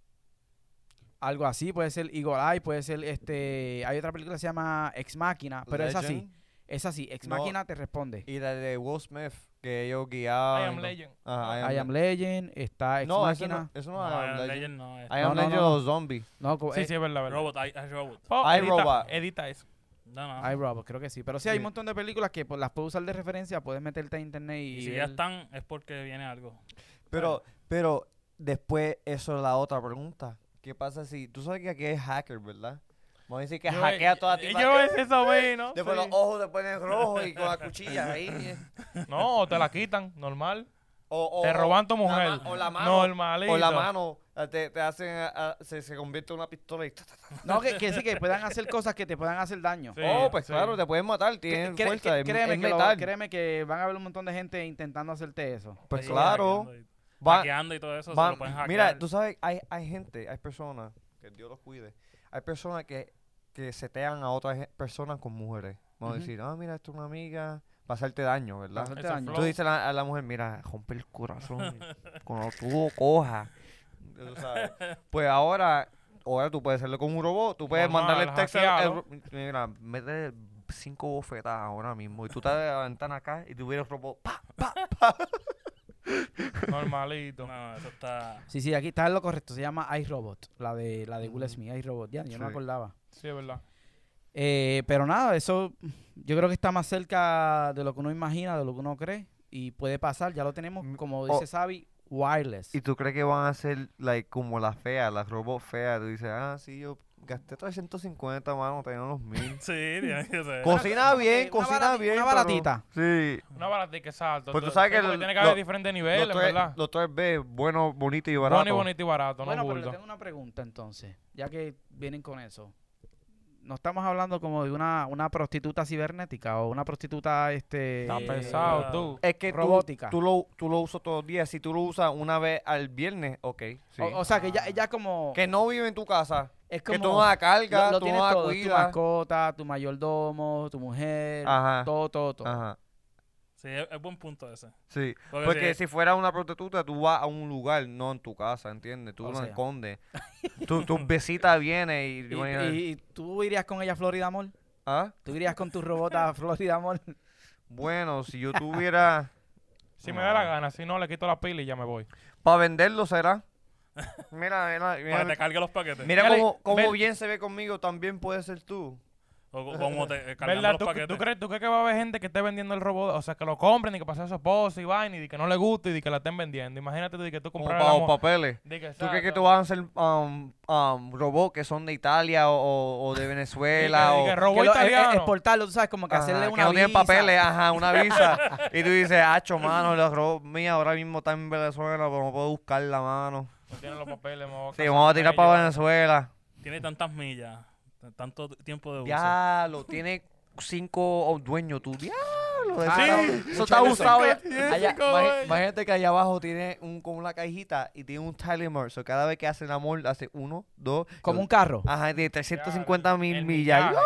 [SPEAKER 2] Algo así, puede ser Eagle Eye, puede ser este. Hay otra película que se llama Ex Máquina, Ah, pero es así.
[SPEAKER 4] Legend,
[SPEAKER 2] Es así, Ex
[SPEAKER 4] No.
[SPEAKER 2] Máquina te responde.
[SPEAKER 4] Y la de Will Smith, que ellos guiaban.
[SPEAKER 3] I am
[SPEAKER 4] ¿no?
[SPEAKER 3] Legend.
[SPEAKER 4] Ajá,
[SPEAKER 2] I Am Legend, está Ex
[SPEAKER 4] No, eso
[SPEAKER 2] Máquina.
[SPEAKER 4] no, eso no,
[SPEAKER 1] No,
[SPEAKER 4] es I Am Legend.
[SPEAKER 1] Legend no es.
[SPEAKER 4] I Am
[SPEAKER 2] No, no,
[SPEAKER 4] Legend
[SPEAKER 2] no.
[SPEAKER 4] o Zombie.
[SPEAKER 2] No, co-
[SPEAKER 3] Sí,
[SPEAKER 2] eh,
[SPEAKER 3] sí, es verdad, verdad.
[SPEAKER 1] Robot, I, I Robot.
[SPEAKER 3] Oh,
[SPEAKER 4] I,
[SPEAKER 3] edita,
[SPEAKER 4] Robot.
[SPEAKER 3] edita eso.
[SPEAKER 1] No, no.
[SPEAKER 2] iRobot, pues creo que sí. Pero sí, hay
[SPEAKER 4] Sí.
[SPEAKER 2] un montón de películas que pues, las puedes usar de referencia, puedes meterte a internet y.
[SPEAKER 1] y si ya
[SPEAKER 2] él-
[SPEAKER 1] están, es porque viene algo.
[SPEAKER 4] Pero, pero después, eso es la otra pregunta. ¿Qué pasa si tú sabes que aquí hay hacker, verdad? Vamos a decir que
[SPEAKER 3] Yo-
[SPEAKER 4] hackea toda ti.
[SPEAKER 3] Yo es eso, güey, ¿no?
[SPEAKER 4] Después
[SPEAKER 3] Sí.
[SPEAKER 4] los ojos te ponen rojos y con la cuchilla ahí. eh.
[SPEAKER 3] No, o te la quitan, normal.
[SPEAKER 4] O, o-
[SPEAKER 3] Te roban tu
[SPEAKER 4] la ma-
[SPEAKER 3] mujer.
[SPEAKER 4] o la mano.
[SPEAKER 3] Normalito.
[SPEAKER 4] o la mano. eh, Te, te hacen, eh, eh, se, se convierte en una pistola y... ta, ta, ta.
[SPEAKER 2] No, que, que sí, que puedan hacer cosas que te puedan hacer daño.
[SPEAKER 3] Sí,
[SPEAKER 4] oh, pues
[SPEAKER 3] sí.
[SPEAKER 4] claro, te pueden matar.
[SPEAKER 2] Que-
[SPEAKER 4] Tienen
[SPEAKER 2] cre-
[SPEAKER 4] fuerza.
[SPEAKER 2] que-
[SPEAKER 4] es-
[SPEAKER 2] créeme,
[SPEAKER 4] es
[SPEAKER 2] que lo-
[SPEAKER 4] metal.
[SPEAKER 2] créeme que van a haber un montón de gente intentando hacerte eso.
[SPEAKER 4] Pues
[SPEAKER 1] Sí,
[SPEAKER 4] claro.
[SPEAKER 1] hackeando y-
[SPEAKER 4] va-
[SPEAKER 1] Hackeando y todo eso, se
[SPEAKER 4] van-
[SPEAKER 1] lo pueden hackear.
[SPEAKER 4] mira, tú sabes, hay, hay gente, hay personas, que Dios los cuide, hay personas que, que setean a otras gen- personas con mujeres. Vamos a
[SPEAKER 2] Ujú.
[SPEAKER 4] decir, ah, mira, esto es una amiga, para hacerte daño, ¿verdad?
[SPEAKER 2] Hacerte
[SPEAKER 3] Eso
[SPEAKER 2] daño.
[SPEAKER 3] flow.
[SPEAKER 4] Tú dices a la, a la mujer, mira, rompe el corazón cuando tú cojas. Tú
[SPEAKER 1] <laughs>
[SPEAKER 4] sabes. Pues ahora, ahora tú puedes hacerlo con un robot, tú puedes
[SPEAKER 3] Normal,
[SPEAKER 4] mandarle el texto. al- al
[SPEAKER 3] hackeado.
[SPEAKER 4] ro- mira, mete cinco bofetadas ahora mismo y tú estás de la ventana acá y tú vienes robot, pa, pa, pa.
[SPEAKER 3] Normalito.
[SPEAKER 1] No, eso está... <laughs>
[SPEAKER 2] Sí, sí, aquí está lo correcto. Se llama iRobot, la de, la de Will
[SPEAKER 4] Ujú.
[SPEAKER 2] Smith, iRobot. Ya, yo no me
[SPEAKER 4] Sí.
[SPEAKER 2] acordaba.
[SPEAKER 3] Sí, es verdad.
[SPEAKER 2] Eh, pero nada, eso yo creo que está más cerca de lo que uno imagina, de lo que uno cree. Y puede pasar, ya lo tenemos,
[SPEAKER 4] Mm,
[SPEAKER 2] como
[SPEAKER 4] oh.
[SPEAKER 2] dice Xavi, wireless.
[SPEAKER 4] ¿Y tú crees que van a ser like, como las feas, las robots feas? Tú dices, ah, sí, yo gasté 350, mano, tenía
[SPEAKER 2] <laughs>
[SPEAKER 4] unos mil. <laughs>
[SPEAKER 1] Sí, tiene que ser.
[SPEAKER 4] cocina
[SPEAKER 2] como que
[SPEAKER 4] bien,
[SPEAKER 2] una
[SPEAKER 4] cocina
[SPEAKER 2] barati-
[SPEAKER 4] bien.
[SPEAKER 2] una
[SPEAKER 4] pero-
[SPEAKER 2] baratita.
[SPEAKER 4] Sí.
[SPEAKER 3] Una barata que salto.
[SPEAKER 4] Pues tú sabes que
[SPEAKER 3] porque
[SPEAKER 4] el-
[SPEAKER 3] tiene que haber
[SPEAKER 4] lo-
[SPEAKER 3] diferentes
[SPEAKER 4] Los
[SPEAKER 3] niveles,
[SPEAKER 4] tres,
[SPEAKER 3] ¿verdad?
[SPEAKER 4] los tres B, bueno, bonito y barato.
[SPEAKER 3] Bueno y bonito y barato,
[SPEAKER 2] bueno,
[SPEAKER 3] no
[SPEAKER 2] pero le
[SPEAKER 3] burdo.
[SPEAKER 2] tengo una pregunta entonces, ya que vienen con eso. No estamos hablando como de una, una prostituta cibernética o una prostituta este
[SPEAKER 3] Está
[SPEAKER 1] Sí.
[SPEAKER 2] <laughs>
[SPEAKER 3] pesado, tú.
[SPEAKER 4] Es que tú-
[SPEAKER 2] robótica.
[SPEAKER 4] Tú, lo, tú lo usas todos los días. Si tú lo usas una vez al viernes, ok. sí.
[SPEAKER 2] o, o sea, que ya, ya como...
[SPEAKER 4] que no vive en tu casa.
[SPEAKER 2] es
[SPEAKER 4] que
[SPEAKER 2] como
[SPEAKER 4] tú no la cargas,
[SPEAKER 2] lo, lo
[SPEAKER 4] tú
[SPEAKER 2] tienes
[SPEAKER 4] no la
[SPEAKER 2] todo, tu
[SPEAKER 4] cuidas.
[SPEAKER 2] mascota, tu mayordomo, tu mujer,
[SPEAKER 4] Ajá.
[SPEAKER 2] todo, todo, todo.
[SPEAKER 4] Ajá.
[SPEAKER 1] Sí, es, es buen punto ese.
[SPEAKER 4] Sí.
[SPEAKER 1] Porque
[SPEAKER 4] Porque
[SPEAKER 1] si-
[SPEAKER 4] si fuera una prostituta, tú vas a un lugar, no en tu casa, ¿entiendes? Tú
[SPEAKER 2] O
[SPEAKER 4] lo
[SPEAKER 2] sea.
[SPEAKER 4] escondes. tu, tu visita viene y...
[SPEAKER 2] Y,
[SPEAKER 4] eh.
[SPEAKER 2] y- y tú irías con ella a Florida Mall.
[SPEAKER 4] ¿Ah?
[SPEAKER 2] Tú irías con tu robota
[SPEAKER 4] <laughs>
[SPEAKER 2] a Florida Mall.
[SPEAKER 4] Bueno, si yo tuviera...
[SPEAKER 3] Si me da la gana, si no, le quito la pila y ya me voy.
[SPEAKER 4] Para venderlo será. Mira, mira,
[SPEAKER 1] Para que te
[SPEAKER 4] mira.
[SPEAKER 1] cargue los paquetes.
[SPEAKER 4] Mira
[SPEAKER 3] Dale,
[SPEAKER 4] cómo, cómo
[SPEAKER 3] ven.
[SPEAKER 4] bien se ve conmigo, también puede ser tú.
[SPEAKER 1] O co- como te eh, cargando
[SPEAKER 3] ¿Verdad?
[SPEAKER 1] los
[SPEAKER 3] ¿Tú,
[SPEAKER 1] paquetes.
[SPEAKER 3] tú crees, ¿Tú crees que va a haber gente que esté vendiendo el robot? O sea, que lo compren y que pase su esposa y vaina y de que no le guste y de que la estén vendiendo. Imagínate de que tú
[SPEAKER 4] Como
[SPEAKER 3] compras
[SPEAKER 4] para los papeles. ¿Tú crees que tú vas a ser um, um, robots que son de Italia o, o- o de Venezuela? o,
[SPEAKER 3] que
[SPEAKER 2] Que
[SPEAKER 3] robot
[SPEAKER 2] lo- e- e-
[SPEAKER 3] italiano.
[SPEAKER 2] exportarlo, tú sabes, como que
[SPEAKER 4] Ajá,
[SPEAKER 2] hacerle
[SPEAKER 4] Ah, que
[SPEAKER 2] una
[SPEAKER 4] no tienen
[SPEAKER 2] visa.
[SPEAKER 4] papeles, ajá, una <laughs> visa. y tú dices, hacho, mano, los robos míos ahora mismo están en Venezuela, pero no puedo buscar la mano.
[SPEAKER 3] No tienen los papeles, me voy
[SPEAKER 4] Sí,
[SPEAKER 3] casar
[SPEAKER 4] vamos a
[SPEAKER 3] con
[SPEAKER 4] tirar
[SPEAKER 3] ella.
[SPEAKER 4] para Venezuela.
[SPEAKER 1] Tiene tantas millas, t- tanto t- tiempo de uso.
[SPEAKER 4] Ya, lo tiene cinco oh, dueños, tú. Diablo, eso
[SPEAKER 1] Sí,
[SPEAKER 4] está-
[SPEAKER 1] mucho
[SPEAKER 4] eso está
[SPEAKER 1] de
[SPEAKER 4] usado.
[SPEAKER 1] cinco,
[SPEAKER 4] ya.
[SPEAKER 1] tiene
[SPEAKER 4] Allá,
[SPEAKER 1] cinco
[SPEAKER 4] imagi-
[SPEAKER 1] dueños.
[SPEAKER 4] imagínate que allá abajo tiene un, como una cajita y tiene un Tylenol. So, cada vez que hacen amor, hace uno, dos.
[SPEAKER 2] Como
[SPEAKER 4] y-
[SPEAKER 2] un carro.
[SPEAKER 4] Ajá, de 350 mil
[SPEAKER 3] El
[SPEAKER 4] millas. ¡Ah!
[SPEAKER 3] millaje.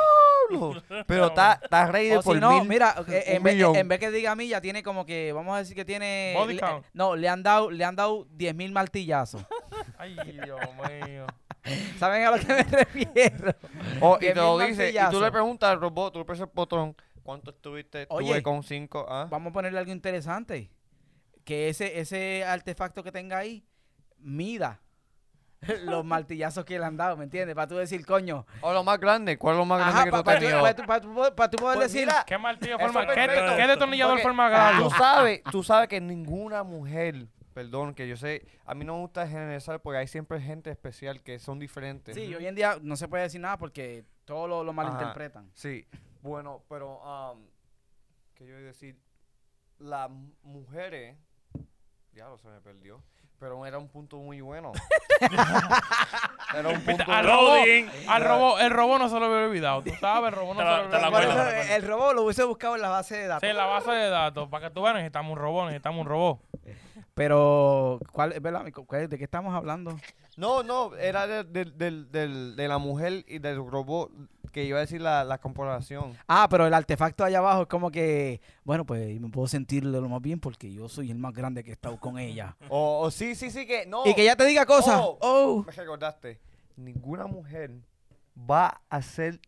[SPEAKER 4] Diablo. Pero está, está ready
[SPEAKER 2] o
[SPEAKER 4] por
[SPEAKER 2] si no,
[SPEAKER 4] mil.
[SPEAKER 2] mira, eh, en,
[SPEAKER 4] un
[SPEAKER 2] vez,
[SPEAKER 4] millón.
[SPEAKER 2] en vez que diga milla, tiene como que, vamos a decir que tiene...
[SPEAKER 3] Body
[SPEAKER 2] le-
[SPEAKER 3] count.
[SPEAKER 2] no, le han dado, le han dado 10.000 martillazos. <laughs>
[SPEAKER 3] Ay, Dios mío.
[SPEAKER 2] ¿Saben a lo que me <laughs> refiero?
[SPEAKER 4] Oh, y
[SPEAKER 2] Diez
[SPEAKER 4] te
[SPEAKER 2] mil
[SPEAKER 4] lo dice, y tú
[SPEAKER 2] martillazos.
[SPEAKER 4] le preguntas al robot, tú le preguntas al botón, ¿cuánto estuviste?
[SPEAKER 2] Oye.
[SPEAKER 4] Estuve con cinco, ¿ah?
[SPEAKER 2] Vamos a ponerle algo interesante. Que ese, ese artefacto que tenga ahí,
[SPEAKER 4] <laughs>
[SPEAKER 2] mida los martillazos que le han dado, ¿me entiendes? Para tú decir, coño.
[SPEAKER 4] O lo más grande, ¿cuál es lo más grande
[SPEAKER 2] Ajá,
[SPEAKER 4] que
[SPEAKER 2] para
[SPEAKER 4] tú has tenido?
[SPEAKER 2] tú, pa' tú poder- pa' tú poder
[SPEAKER 4] Pues
[SPEAKER 2] decir...
[SPEAKER 4] mira,
[SPEAKER 3] ¿Qué martillo
[SPEAKER 4] Eso
[SPEAKER 3] forma?
[SPEAKER 4] es
[SPEAKER 3] ¿Qué,
[SPEAKER 4] perfecto.
[SPEAKER 3] qué detornillador
[SPEAKER 4] Porque
[SPEAKER 3] forma
[SPEAKER 4] Tú
[SPEAKER 3] Galo?
[SPEAKER 4] sabes, tú sabes que ninguna mujer, perdón, que yo sé, a mí no me gusta generalizar porque hay siempre gente especial que son diferentes.
[SPEAKER 2] Sí, hoy en día no se puede decir nada porque todos lo, lo malinterpretan.
[SPEAKER 4] Sí, bueno, pero um, que yo iba a decir, las mu- mujeres, ya lo se me perdió, pero era un punto muy bueno. era un punto
[SPEAKER 3] Al
[SPEAKER 4] bueno.
[SPEAKER 1] Loading.
[SPEAKER 3] robo, al robo, el robo no se lo había olvidado. Tú sabes, el robo no
[SPEAKER 1] Te
[SPEAKER 3] se
[SPEAKER 1] la-
[SPEAKER 3] lo
[SPEAKER 1] te la
[SPEAKER 4] Ah,
[SPEAKER 3] había
[SPEAKER 5] Por
[SPEAKER 1] Bueno, bueno,
[SPEAKER 5] eso
[SPEAKER 3] olvidado.
[SPEAKER 1] bueno.
[SPEAKER 5] el robot lo hubiese buscado en la base de datos.
[SPEAKER 3] Sí, la base de datos. Para que tú veas, necesitamos un robot, necesitamos un robot.
[SPEAKER 2] Pero, ¿cuál, es verdad, Mico? ¿Cuál- ¿de qué estamos hablando?
[SPEAKER 4] No, no, era de, del- del- del- de la mujer y del robot que iba a decir la, la comparación.
[SPEAKER 2] Ah, pero el artefacto allá abajo es como que, bueno, pues me puedo sentir lo más bien porque yo soy el más grande que he estado con ella.
[SPEAKER 4] O, o sí, sí, sí, que no.
[SPEAKER 2] Y que ella te diga cosas.
[SPEAKER 4] Oh.
[SPEAKER 2] Oh.
[SPEAKER 4] Me recordaste, ninguna mujer va a ser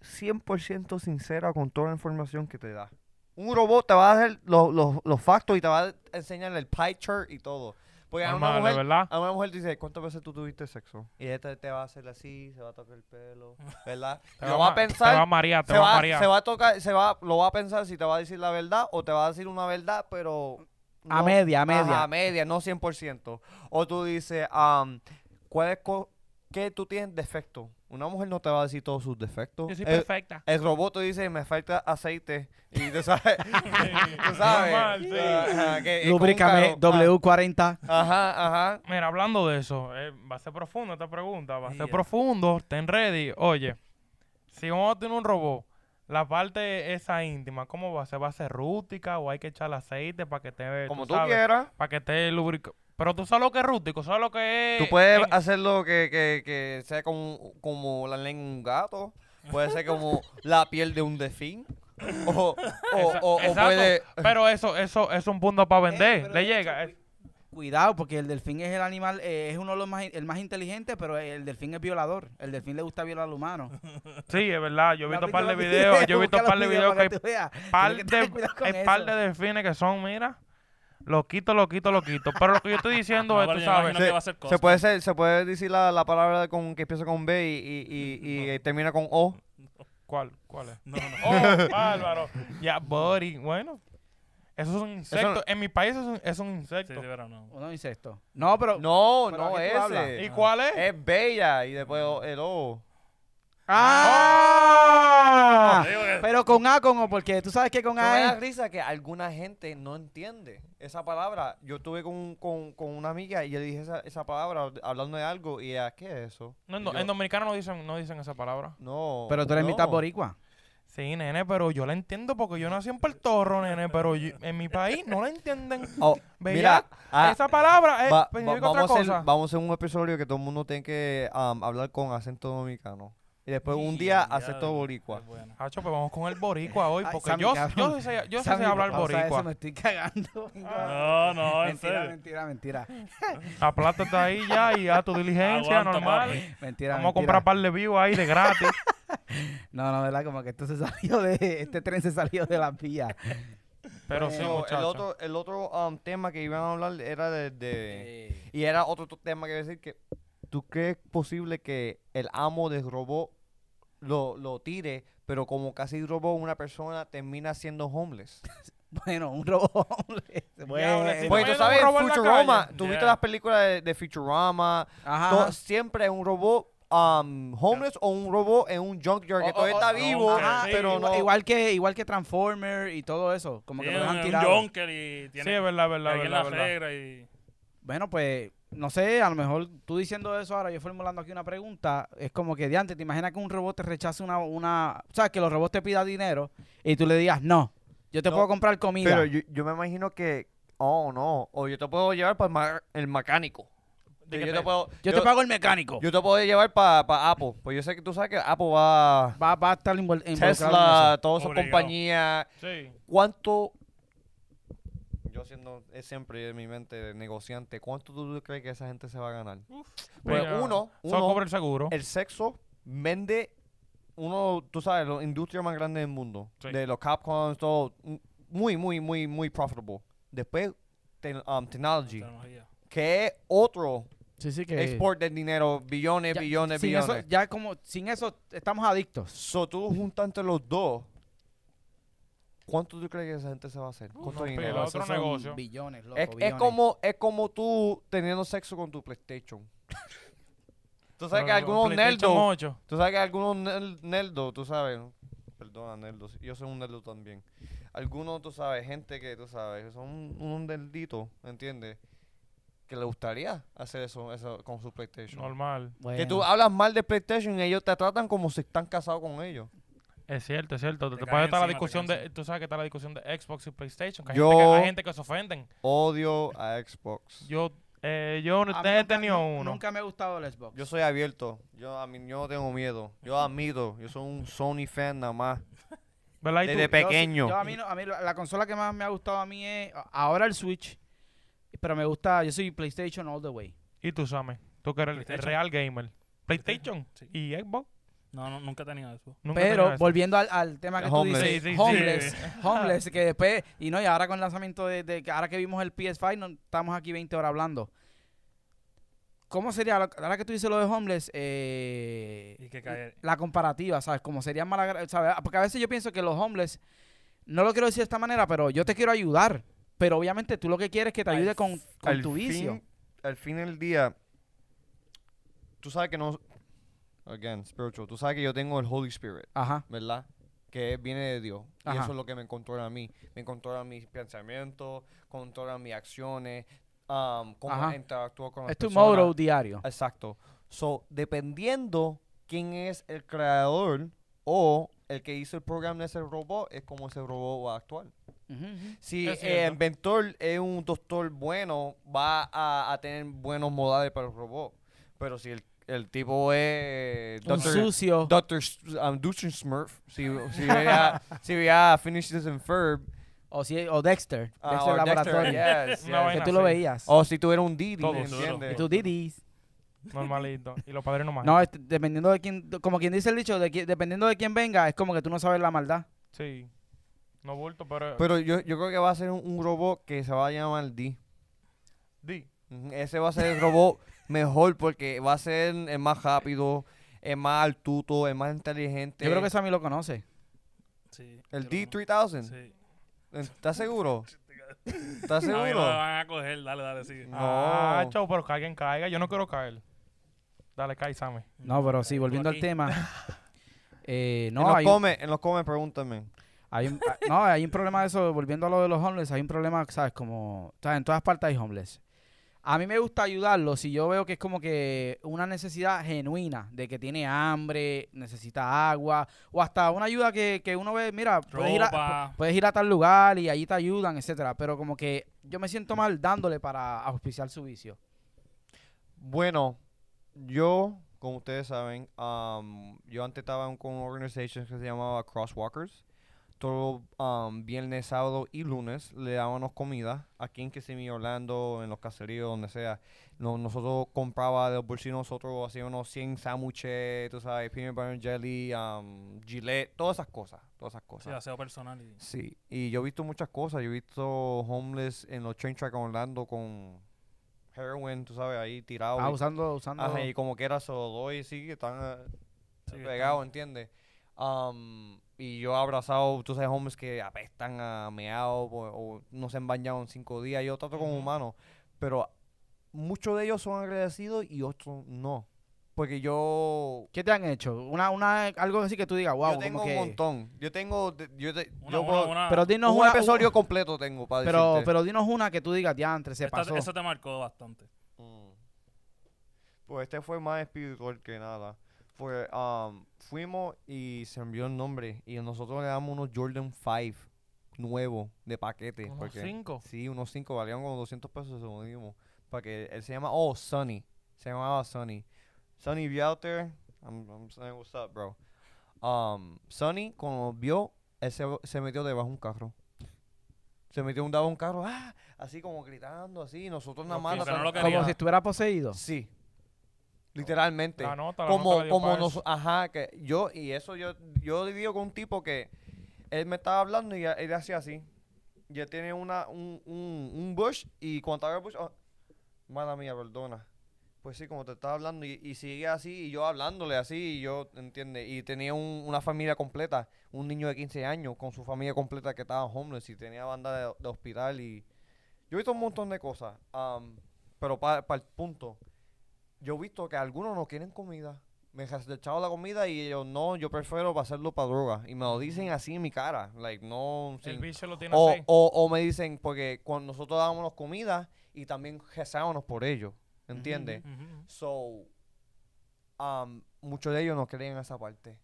[SPEAKER 4] 100% sincera con toda la información que te da. Un robot te va a dar los, los, los factos y te va a enseñar el pie chart y todo. Porque a una,
[SPEAKER 3] Normal, de
[SPEAKER 4] mujer,
[SPEAKER 3] verdad.
[SPEAKER 4] a una mujer dice, ¿cuántas veces tú tuviste sexo? Y esta te va a hacer así, se va a tocar el
[SPEAKER 3] <laughs>
[SPEAKER 4] pelo, ¿verdad? Y
[SPEAKER 3] Te
[SPEAKER 4] lo va a
[SPEAKER 3] ma- Te va a
[SPEAKER 4] pensar,
[SPEAKER 3] marear, te
[SPEAKER 4] se
[SPEAKER 3] va a
[SPEAKER 4] va,
[SPEAKER 3] marear.
[SPEAKER 4] se va a tocar, se va, lo va a pensar si te va a decir la verdad o te va a decir una verdad, pero...
[SPEAKER 2] A
[SPEAKER 4] no-
[SPEAKER 2] media, a
[SPEAKER 4] Ajá,
[SPEAKER 2] media.
[SPEAKER 4] media, no 100%. O tú dices, am, ¿cuál es co- ¿qué tú tienes defecto? Una mujer no te va a decir todos sus defectos.
[SPEAKER 3] Yo soy
[SPEAKER 4] el,
[SPEAKER 3] perfecta.
[SPEAKER 4] el robot te dice, me falta aceite. Y tú sabes.
[SPEAKER 3] <laughs>
[SPEAKER 4] <laughs> tú sabes.
[SPEAKER 3] Normal, sí.
[SPEAKER 4] Ajá, que es como un
[SPEAKER 2] Lubrícame
[SPEAKER 4] carro.
[SPEAKER 2] W40.
[SPEAKER 4] Ah, Ajá, ajá.
[SPEAKER 3] Mira, hablando de eso, eh, va a ser profundo esta pregunta, va a ser
[SPEAKER 1] Yeah.
[SPEAKER 3] profundo, ten ready. Oye, si vamos a tener un robot, la parte esa íntima, ¿cómo va a ser? ¿Va a ser rústica o hay que echar aceite para que esté,
[SPEAKER 4] Como tú, quieras.
[SPEAKER 3] Para que esté lubricado? Pero tú sabes lo que es rústico, sabes lo que es...
[SPEAKER 4] Tú puedes
[SPEAKER 3] Eh, en-
[SPEAKER 4] hacerlo que, que, que sea como, como la lengua de un gato. Puede ser como la piel de un delfín. O, o,
[SPEAKER 3] Esa-
[SPEAKER 4] o- o
[SPEAKER 3] exacto,
[SPEAKER 4] puede.
[SPEAKER 3] Pero eso, eso es un punto para vender,
[SPEAKER 2] Eh, pero
[SPEAKER 3] le
[SPEAKER 2] de hecho,
[SPEAKER 3] llega.
[SPEAKER 2] cu- Cuidado, porque el delfín es el animal, eh, es uno de los más, in- el más inteligente, pero el delfín es violador. El delfín le gusta violar al humano.
[SPEAKER 3] Sí, es verdad, yo he
[SPEAKER 2] ¿No
[SPEAKER 3] visto un
[SPEAKER 2] has
[SPEAKER 3] par de
[SPEAKER 2] los
[SPEAKER 3] videos,
[SPEAKER 2] <laughs>
[SPEAKER 3] yo he visto
[SPEAKER 2] Busca
[SPEAKER 3] un par de
[SPEAKER 2] los
[SPEAKER 3] videos que hay
[SPEAKER 2] para tú veas.
[SPEAKER 3] par
[SPEAKER 2] Tienes que
[SPEAKER 3] de,
[SPEAKER 2] tener cuidado con
[SPEAKER 3] hay par de
[SPEAKER 2] eso.
[SPEAKER 3] delfines que son, mira, lo quito, lo quito, lo quito. Pero lo que yo estoy diciendo
[SPEAKER 1] <laughs> No,
[SPEAKER 3] es,
[SPEAKER 1] pero
[SPEAKER 3] tú
[SPEAKER 1] yo
[SPEAKER 3] sabes,
[SPEAKER 1] imagino que va a ser
[SPEAKER 4] Se
[SPEAKER 1] Costco.
[SPEAKER 4] puede, ser, se puede decir la, la palabra con, que empieza con B y, y, y, y, eh, termina con O.
[SPEAKER 3] ¿cuál, cuál es?
[SPEAKER 1] No, no.
[SPEAKER 3] <laughs> Oh, bárbaro. Ya, buddy. Bueno, eso es un insecto. En mi país es un, es un
[SPEAKER 1] Sí,
[SPEAKER 3] insecto.
[SPEAKER 1] sí, pero no.
[SPEAKER 2] Uno insecto. Oh, No, pero.
[SPEAKER 4] No,
[SPEAKER 2] ¿Pero
[SPEAKER 4] no
[SPEAKER 2] de qué tú hablas?
[SPEAKER 4] ese.
[SPEAKER 3] ¿Y cuál es?
[SPEAKER 4] Es bella y después o- el O.
[SPEAKER 2] ¡Ah!
[SPEAKER 1] Te digo que-
[SPEAKER 2] Pero con A, con O, porque tú sabes que con
[SPEAKER 4] Eso me da
[SPEAKER 2] A es.
[SPEAKER 4] risa que alguna gente no entiende esa palabra. Yo estuve con, con, con una amiga y yo dije esa, esa palabra hablando de algo y ella, ¿qué es eso?
[SPEAKER 3] No, no,
[SPEAKER 4] Yo-
[SPEAKER 3] en dominicano no dicen, no dicen esa palabra.
[SPEAKER 4] No.
[SPEAKER 2] Pero tú eres
[SPEAKER 4] no.
[SPEAKER 2] mitad boricua.
[SPEAKER 3] Sí, nene, pero yo la entiendo porque yo nací en Puerto Rico, nene, pero yo- en mi país no la entienden.
[SPEAKER 4] Oh,
[SPEAKER 3] Bella,
[SPEAKER 4] mira, ah,
[SPEAKER 3] esa palabra es
[SPEAKER 4] va- va-
[SPEAKER 3] significa
[SPEAKER 4] vamos,
[SPEAKER 3] otra
[SPEAKER 4] a hacer,
[SPEAKER 3] cosa.
[SPEAKER 4] vamos a hacer un episodio que todo el mundo tiene que am, hablar con acento dominicano. Y después Pues un día
[SPEAKER 1] Ya,
[SPEAKER 4] acento boricua.
[SPEAKER 1] es bueno.
[SPEAKER 3] Hacho, pues vamos con el boricua hoy,
[SPEAKER 2] Ay,
[SPEAKER 3] porque
[SPEAKER 2] Sammy,
[SPEAKER 3] yo,
[SPEAKER 2] cabrón.
[SPEAKER 3] yo sé, yo sé
[SPEAKER 2] Sammy,
[SPEAKER 3] hablar
[SPEAKER 2] pausa Eso me
[SPEAKER 3] boricua.
[SPEAKER 2] estoy
[SPEAKER 3] <laughs>
[SPEAKER 2] cagando.
[SPEAKER 3] Ah.
[SPEAKER 1] No, no, en
[SPEAKER 2] mentira,
[SPEAKER 1] serio.
[SPEAKER 2] mentira, mentira.
[SPEAKER 3] Aplástate ahí ya y haz tu diligencia
[SPEAKER 1] Aguanta,
[SPEAKER 3] normal.
[SPEAKER 1] papi.
[SPEAKER 2] Mentira,
[SPEAKER 3] Vamos a comprar par de vivos ahí de gratis.
[SPEAKER 2] No, no, ¿verdad? Como que esto se <laughs> salió de. Este tren se salió de la vía. <laughs>
[SPEAKER 3] <laughs> Pero sí,
[SPEAKER 4] Pero el
[SPEAKER 3] muchachos.
[SPEAKER 4] otro, el otro am, tema que iban a hablar era de, de- Y era otro to- tema que iba a decir que... ¿Tú crees posible que el amo del robot lo, lo tire, pero como casi robot una persona termina siendo homeless?
[SPEAKER 2] Bueno, un robot. <laughs>
[SPEAKER 3] ahora sí,
[SPEAKER 2] Bueno.
[SPEAKER 3] no hay
[SPEAKER 4] Porque tú
[SPEAKER 3] un
[SPEAKER 4] sabes,
[SPEAKER 3] robot en la
[SPEAKER 4] Futurama,
[SPEAKER 3] calle.
[SPEAKER 4] tú viste
[SPEAKER 1] Yeah.
[SPEAKER 4] las películas de, de Futurama,
[SPEAKER 2] Ajá.
[SPEAKER 4] to- siempre es un robot am, homeless o un robot en un junkyard que
[SPEAKER 2] O-
[SPEAKER 4] todavía
[SPEAKER 2] o-
[SPEAKER 4] está
[SPEAKER 2] o-
[SPEAKER 4] vivo, ah,
[SPEAKER 1] ajá,
[SPEAKER 4] pero
[SPEAKER 2] igual,
[SPEAKER 4] no...
[SPEAKER 2] igual que igual que Transformer y todo eso, como que
[SPEAKER 1] Sí,
[SPEAKER 2] lo dejan
[SPEAKER 1] un, un
[SPEAKER 2] tirado.
[SPEAKER 1] Jonker y
[SPEAKER 3] Sí,
[SPEAKER 1] tiene
[SPEAKER 3] es verdad, verdad,
[SPEAKER 1] alguien
[SPEAKER 3] verdad.
[SPEAKER 1] la
[SPEAKER 3] verdad.
[SPEAKER 1] regla y...
[SPEAKER 2] Bueno, pues no sé, a lo mejor tú diciendo eso ahora, yo formulando aquí una pregunta, es como que de antes, te imaginas que un robot te rechace una una, o sea, que los robots te pidan dinero y tú le digas, "No, yo te
[SPEAKER 4] No,
[SPEAKER 2] puedo comprar comida."
[SPEAKER 4] Pero yo, yo me imagino que... Oh, no. O yo te puedo llevar para el, ma- el mecánico.
[SPEAKER 3] De
[SPEAKER 4] Yo,
[SPEAKER 3] que
[SPEAKER 4] te
[SPEAKER 3] te-
[SPEAKER 4] puedo...
[SPEAKER 2] yo, te pago el mecánico.
[SPEAKER 4] Yo te puedo llevar para Apple. Pues yo sé que tú sabes que Apple va.
[SPEAKER 2] va, va a estar invol- involucrado en eso.
[SPEAKER 4] Tesla, todas esas
[SPEAKER 1] Obligado.
[SPEAKER 4] compañías.
[SPEAKER 3] Sí.
[SPEAKER 4] ¿Cuánto. Yo siendo es siempre en mi mente de negociante, ¿cuánto tú crees que esa gente se va a ganar? Pues
[SPEAKER 3] Mira,
[SPEAKER 4] uno,
[SPEAKER 3] Solo
[SPEAKER 4] uno
[SPEAKER 3] cobra el seguro.
[SPEAKER 4] el sexo vende uno, tú sabes, la industria más grande del mundo.
[SPEAKER 3] Sí.
[SPEAKER 4] De los Capcoms, todo. m- Muy, muy, muy, muy profitable. Después, te- um, technology,
[SPEAKER 1] tecnología.
[SPEAKER 4] que es otro
[SPEAKER 2] Sí, sí que
[SPEAKER 4] export de dinero, billones,
[SPEAKER 2] Ya,
[SPEAKER 4] billones,
[SPEAKER 2] sin
[SPEAKER 4] billones.
[SPEAKER 2] eso, ya como sin eso estamos adictos.
[SPEAKER 4] So, tú juntas entre los dos. ¿Cuánto tú crees que esa gente se va a hacer?
[SPEAKER 3] Uh,
[SPEAKER 4] ¿Cuánto
[SPEAKER 3] no,
[SPEAKER 4] dinero?
[SPEAKER 3] pero
[SPEAKER 2] Pero
[SPEAKER 4] Es-
[SPEAKER 3] otro
[SPEAKER 2] esos son
[SPEAKER 3] negocio.
[SPEAKER 2] Billones, loco,
[SPEAKER 4] es,
[SPEAKER 2] billones.
[SPEAKER 4] como, es como tú teniendo sexo con tu PlayStation. <laughs> tú sabes que
[SPEAKER 3] Pero
[SPEAKER 4] algunos
[SPEAKER 3] PlayStation
[SPEAKER 4] nerdos.
[SPEAKER 3] 8.
[SPEAKER 4] Tú sabes que algunos nel- nerdos, tú sabes. ¿no? Perdón. dos nerdos. Yo soy un nerdo también. Algunos, tú sabes, gente que, tú sabes, son un, un nerdito, ¿entiendes? Que le gustaría hacer eso, eso con su PlayStation.
[SPEAKER 3] Normal.
[SPEAKER 4] Que tú
[SPEAKER 3] ah,
[SPEAKER 4] hablas mal de PlayStation y ellos te tratan como si están casados con ellos.
[SPEAKER 3] Es cierto, es cierto. Te,
[SPEAKER 1] Te
[SPEAKER 3] te
[SPEAKER 1] caen
[SPEAKER 3] puede estar
[SPEAKER 1] encima,
[SPEAKER 3] la
[SPEAKER 1] te
[SPEAKER 3] discusión
[SPEAKER 1] caen
[SPEAKER 3] de. Tú sabes que está la discusión de Xbox y PlayStation. Que hay,
[SPEAKER 4] Yo-
[SPEAKER 3] gente, que, hay gente que se ofenden.
[SPEAKER 4] Odio a Xbox. Yo,
[SPEAKER 3] Yo, eh, yo
[SPEAKER 2] A mí
[SPEAKER 3] he
[SPEAKER 2] nunca-
[SPEAKER 3] tenido
[SPEAKER 2] nu-
[SPEAKER 3] uno.
[SPEAKER 2] Nunca me ha gustado el Xbox.
[SPEAKER 4] soy abierto. Yo, a mí, yo no tengo miedo. Yo admito. Yo soy un Sony fan nada más.
[SPEAKER 3] ¿Verdad? ¿Y tú?
[SPEAKER 4] Desde
[SPEAKER 2] Yo sí-
[SPEAKER 4] pequeño.
[SPEAKER 2] yo a mí, no- a mí la, la consola que más me ha gustado a mí es a- ahora el Switch. Pero me gusta, yo soy PlayStation all the way.
[SPEAKER 3] Y tú, Same. Tú que eres el- el,
[SPEAKER 1] PlayStation.
[SPEAKER 3] real gamer. PlayStation
[SPEAKER 1] Sí.
[SPEAKER 3] y Xbox.
[SPEAKER 1] No, no, nunca he tenido eso.
[SPEAKER 3] Nunca he tenido
[SPEAKER 2] Pero
[SPEAKER 3] eso.
[SPEAKER 2] volviendo al, al tema que
[SPEAKER 4] Homeless.
[SPEAKER 2] tú dices,
[SPEAKER 3] Sí, sí, sí.
[SPEAKER 2] homeless, homeless, que después, y no, y ahora con el lanzamiento de, de que ahora que vimos el PS5, no, estamos aquí 20 horas hablando. ¿Cómo sería, lo- ahora que tú dices lo de homeless, eh,
[SPEAKER 1] Y que caer.
[SPEAKER 2] la comparativa, ¿sabes? Como sería mala, ¿sabes? Porque a veces yo pienso que los homeless, no lo quiero decir de esta manera, pero yo te quiero ayudar. Pero obviamente tú lo que quieres es que te
[SPEAKER 1] Al
[SPEAKER 2] ayude con, con
[SPEAKER 4] al
[SPEAKER 2] tu
[SPEAKER 4] fin-
[SPEAKER 2] vicio.
[SPEAKER 4] Al fin del día, tú sabes que no. Again, spiritual. Tú sabes que yo tengo el Holy Spirit,
[SPEAKER 2] Ajá.
[SPEAKER 4] ¿verdad? Que viene de Dios. Y
[SPEAKER 2] Ajá.
[SPEAKER 4] eso es lo que me controla a mí. Me controla mis pensamientos, controla mis acciones, um, cómo
[SPEAKER 2] Ajá.
[SPEAKER 4] interactúo con las
[SPEAKER 2] Es tu
[SPEAKER 4] personas.
[SPEAKER 2] motto diario.
[SPEAKER 4] Exacto. So, dependiendo quién es el creador o el que hizo el programa de ese robot, es como ese robot va a actuar.
[SPEAKER 2] Ujú, ujú.
[SPEAKER 4] Si
[SPEAKER 3] Es
[SPEAKER 4] el
[SPEAKER 3] cierto.
[SPEAKER 4] inventor eh, es un doctor bueno, va a, a tener buenos modales para el robot. Pero si el, el tipo es
[SPEAKER 2] Un
[SPEAKER 4] Dr.
[SPEAKER 2] sucio.
[SPEAKER 4] Dr. S- um, Dr. Smurf, si, si ve a, si ve a Finish This and
[SPEAKER 2] <laughs>
[SPEAKER 4] Ferb,
[SPEAKER 2] O, si, o Dexter.
[SPEAKER 4] ah,
[SPEAKER 2] Dexter
[SPEAKER 4] or Dexter,
[SPEAKER 2] Laboratorio.
[SPEAKER 3] <laughs>
[SPEAKER 4] <laughs> yes,
[SPEAKER 3] Una
[SPEAKER 4] yes.
[SPEAKER 2] Que
[SPEAKER 3] vaina.
[SPEAKER 2] tú lo
[SPEAKER 3] sí.
[SPEAKER 2] veías.
[SPEAKER 4] O si tuviera un Didi,
[SPEAKER 3] Todo
[SPEAKER 4] ¿me
[SPEAKER 3] duro.
[SPEAKER 4] entiendes?
[SPEAKER 2] Y tú didis.
[SPEAKER 3] Normalito. Y los padres nomás.
[SPEAKER 2] No, este, dependiendo de quién, como quien dice el dicho, de qui- dependiendo de quién venga, es como que tú no sabes la maldad.
[SPEAKER 3] Sí. No bulto, pero.
[SPEAKER 4] Pero yo, yo creo que va a ser un, un robot que se va a llamar D.
[SPEAKER 3] Di.
[SPEAKER 4] Ujú, Ese va a ser el robot <laughs> mejor porque va a ser el más rápido, el más altuto, el más inteligente.
[SPEAKER 2] Yo creo que Sammy lo conoce.
[SPEAKER 1] Sí,
[SPEAKER 4] El
[SPEAKER 1] pero no.
[SPEAKER 4] D3000.
[SPEAKER 1] Sí. <laughs>
[SPEAKER 4] ¿Estás seguro? ¿Estás
[SPEAKER 1] A mí no me
[SPEAKER 4] seguro?
[SPEAKER 1] van a coger. Dale, dale, sigue.
[SPEAKER 4] No.
[SPEAKER 3] Ah, chau, pero que alguien caiga. Yo no quiero caer. Dale, cae, Same.
[SPEAKER 2] No, pero sí,
[SPEAKER 1] Mm. Tú
[SPEAKER 2] volviendo al
[SPEAKER 1] aquí.
[SPEAKER 2] tema. eh,
[SPEAKER 4] en
[SPEAKER 2] no,
[SPEAKER 4] los
[SPEAKER 2] hay, un-
[SPEAKER 4] come, en los come, pregúntame.
[SPEAKER 2] hay un, ah, no, hay un problema de eso, volviendo a lo de los homeless, hay un problema, ¿sabes? Como, ¿sabes? En todas partes hay homeless. A mí me gusta ayudarlos si yo veo que es como que una necesidad genuina, de que tiene hambre, necesita agua, o hasta una ayuda que, que uno ve, mira, puedes ir, a,
[SPEAKER 1] Ropa.
[SPEAKER 2] puedes ir a tal lugar y allí te ayudan, etcétera. Pero como que yo me siento mal dándole para auspiciar su vicio.
[SPEAKER 4] Bueno, yo, como ustedes saben, um, yo antes estaba en- con una organización que se llamaba Crosswalkers. Todo um, viernes, sábado y lunes le dábamos comida aquí en Kissimmee, Orlando, en los caseríos, donde sea. No- nosotros comprábamos del bolsillo nosotros hacíamos 100 sándwiches, tú sabes, peanut butter jelly, um, gilet, todas esas cosas, todas esas
[SPEAKER 1] Sí,
[SPEAKER 4] cosas.
[SPEAKER 1] aseo personal. Y...
[SPEAKER 4] Sí, y yo he visto muchas cosas. Yo he visto homeless en los train track en Orlando con heroin, tú sabes, ahí tirado.
[SPEAKER 2] Ah,
[SPEAKER 4] y,
[SPEAKER 2] usando, usando.
[SPEAKER 4] Ajá, y como quiera se lo doy, sí, que están eh,
[SPEAKER 1] Sí, que
[SPEAKER 4] pegados, ¿entiendes? Am, y yo he abrazado, tú sabes, homeless que apestan a meado o, o no se han bañado en cinco días. Yo trato con
[SPEAKER 1] Ujú.
[SPEAKER 4] humanos, pero muchos de ellos son agradecidos y otros no. Porque yo
[SPEAKER 2] ¿Qué te han hecho? Una, una, algo así que tú digas, wow,
[SPEAKER 4] yo tengo
[SPEAKER 2] como
[SPEAKER 4] un
[SPEAKER 2] que.
[SPEAKER 4] montón. Yo tengo. de- Yo, te-
[SPEAKER 1] Una,
[SPEAKER 4] yo
[SPEAKER 1] una,
[SPEAKER 4] puedo-
[SPEAKER 1] una-
[SPEAKER 2] Pero dinos
[SPEAKER 4] un
[SPEAKER 2] una.
[SPEAKER 4] episodio
[SPEAKER 2] un-
[SPEAKER 4] completo tengo para
[SPEAKER 2] pero,
[SPEAKER 4] decirte.
[SPEAKER 2] pero dinos una que tú digas, diantre, se
[SPEAKER 1] esta-
[SPEAKER 2] pasó.
[SPEAKER 1] Eso te marcó bastante.
[SPEAKER 4] Mm. Pues este fue más espiritual que nada. Fue, um, fuimos y se envió el nombre. Y nosotros le damos unos Jordan 5 nuevos de paquete.
[SPEAKER 3] Unos
[SPEAKER 4] porque-
[SPEAKER 3] cinco.
[SPEAKER 4] Sí, unos 5. Valían como 200 pesos. Se lo dimos. Para que él se llama, oh, Sonny. Se llamaba Sonny. Sonny, be out there. I'm, I'm saying, what's up, bro. Um, Sonny, cuando vio, él se, se metió debajo de un carro. Se metió un debajo de un carro, ah, así como gritando, así. y Nosotros nada
[SPEAKER 1] Lo
[SPEAKER 4] más.
[SPEAKER 1] que- pero no lo
[SPEAKER 4] tratando-
[SPEAKER 1] quería.
[SPEAKER 2] Como si estuviera poseído.
[SPEAKER 4] Sí. Literalmente.
[SPEAKER 3] La nota, la nota
[SPEAKER 4] Como,
[SPEAKER 3] la dio
[SPEAKER 4] como
[SPEAKER 3] pa'
[SPEAKER 4] nos,
[SPEAKER 3] eso.
[SPEAKER 4] ajá, que yo, y eso yo, yo digo con un tipo que él me estaba hablando y él hacía así. Ya tiene una, un, un, un bush y cuando haga el bush, oh, mala mía, perdona. Pues sí, como te estaba hablando y, y sigue así, y yo hablándole así, y yo, ¿entiendes? Y tenía un- una familia completa, un niño de 15 años con su familia completa que estaba homeless y tenía banda de, de hospital y... Yo he visto un montón de cosas, um, am, pero para el punto, yo he visto que algunos no quieren comida. me echado la comida y yo, no, yo prefiero pasarlo para droga. Y me lo dicen así en mi cara. Like, no,
[SPEAKER 3] Mm. El
[SPEAKER 4] sin-
[SPEAKER 3] bicho lo tiene
[SPEAKER 4] o,
[SPEAKER 3] así.
[SPEAKER 4] o, o me dicen, porque cuando nosotros dábamos comida y también rezábamos por ellos, ¿entiendes?
[SPEAKER 1] Ujú.
[SPEAKER 4] So, um, muchos de ellos no creen esa parte.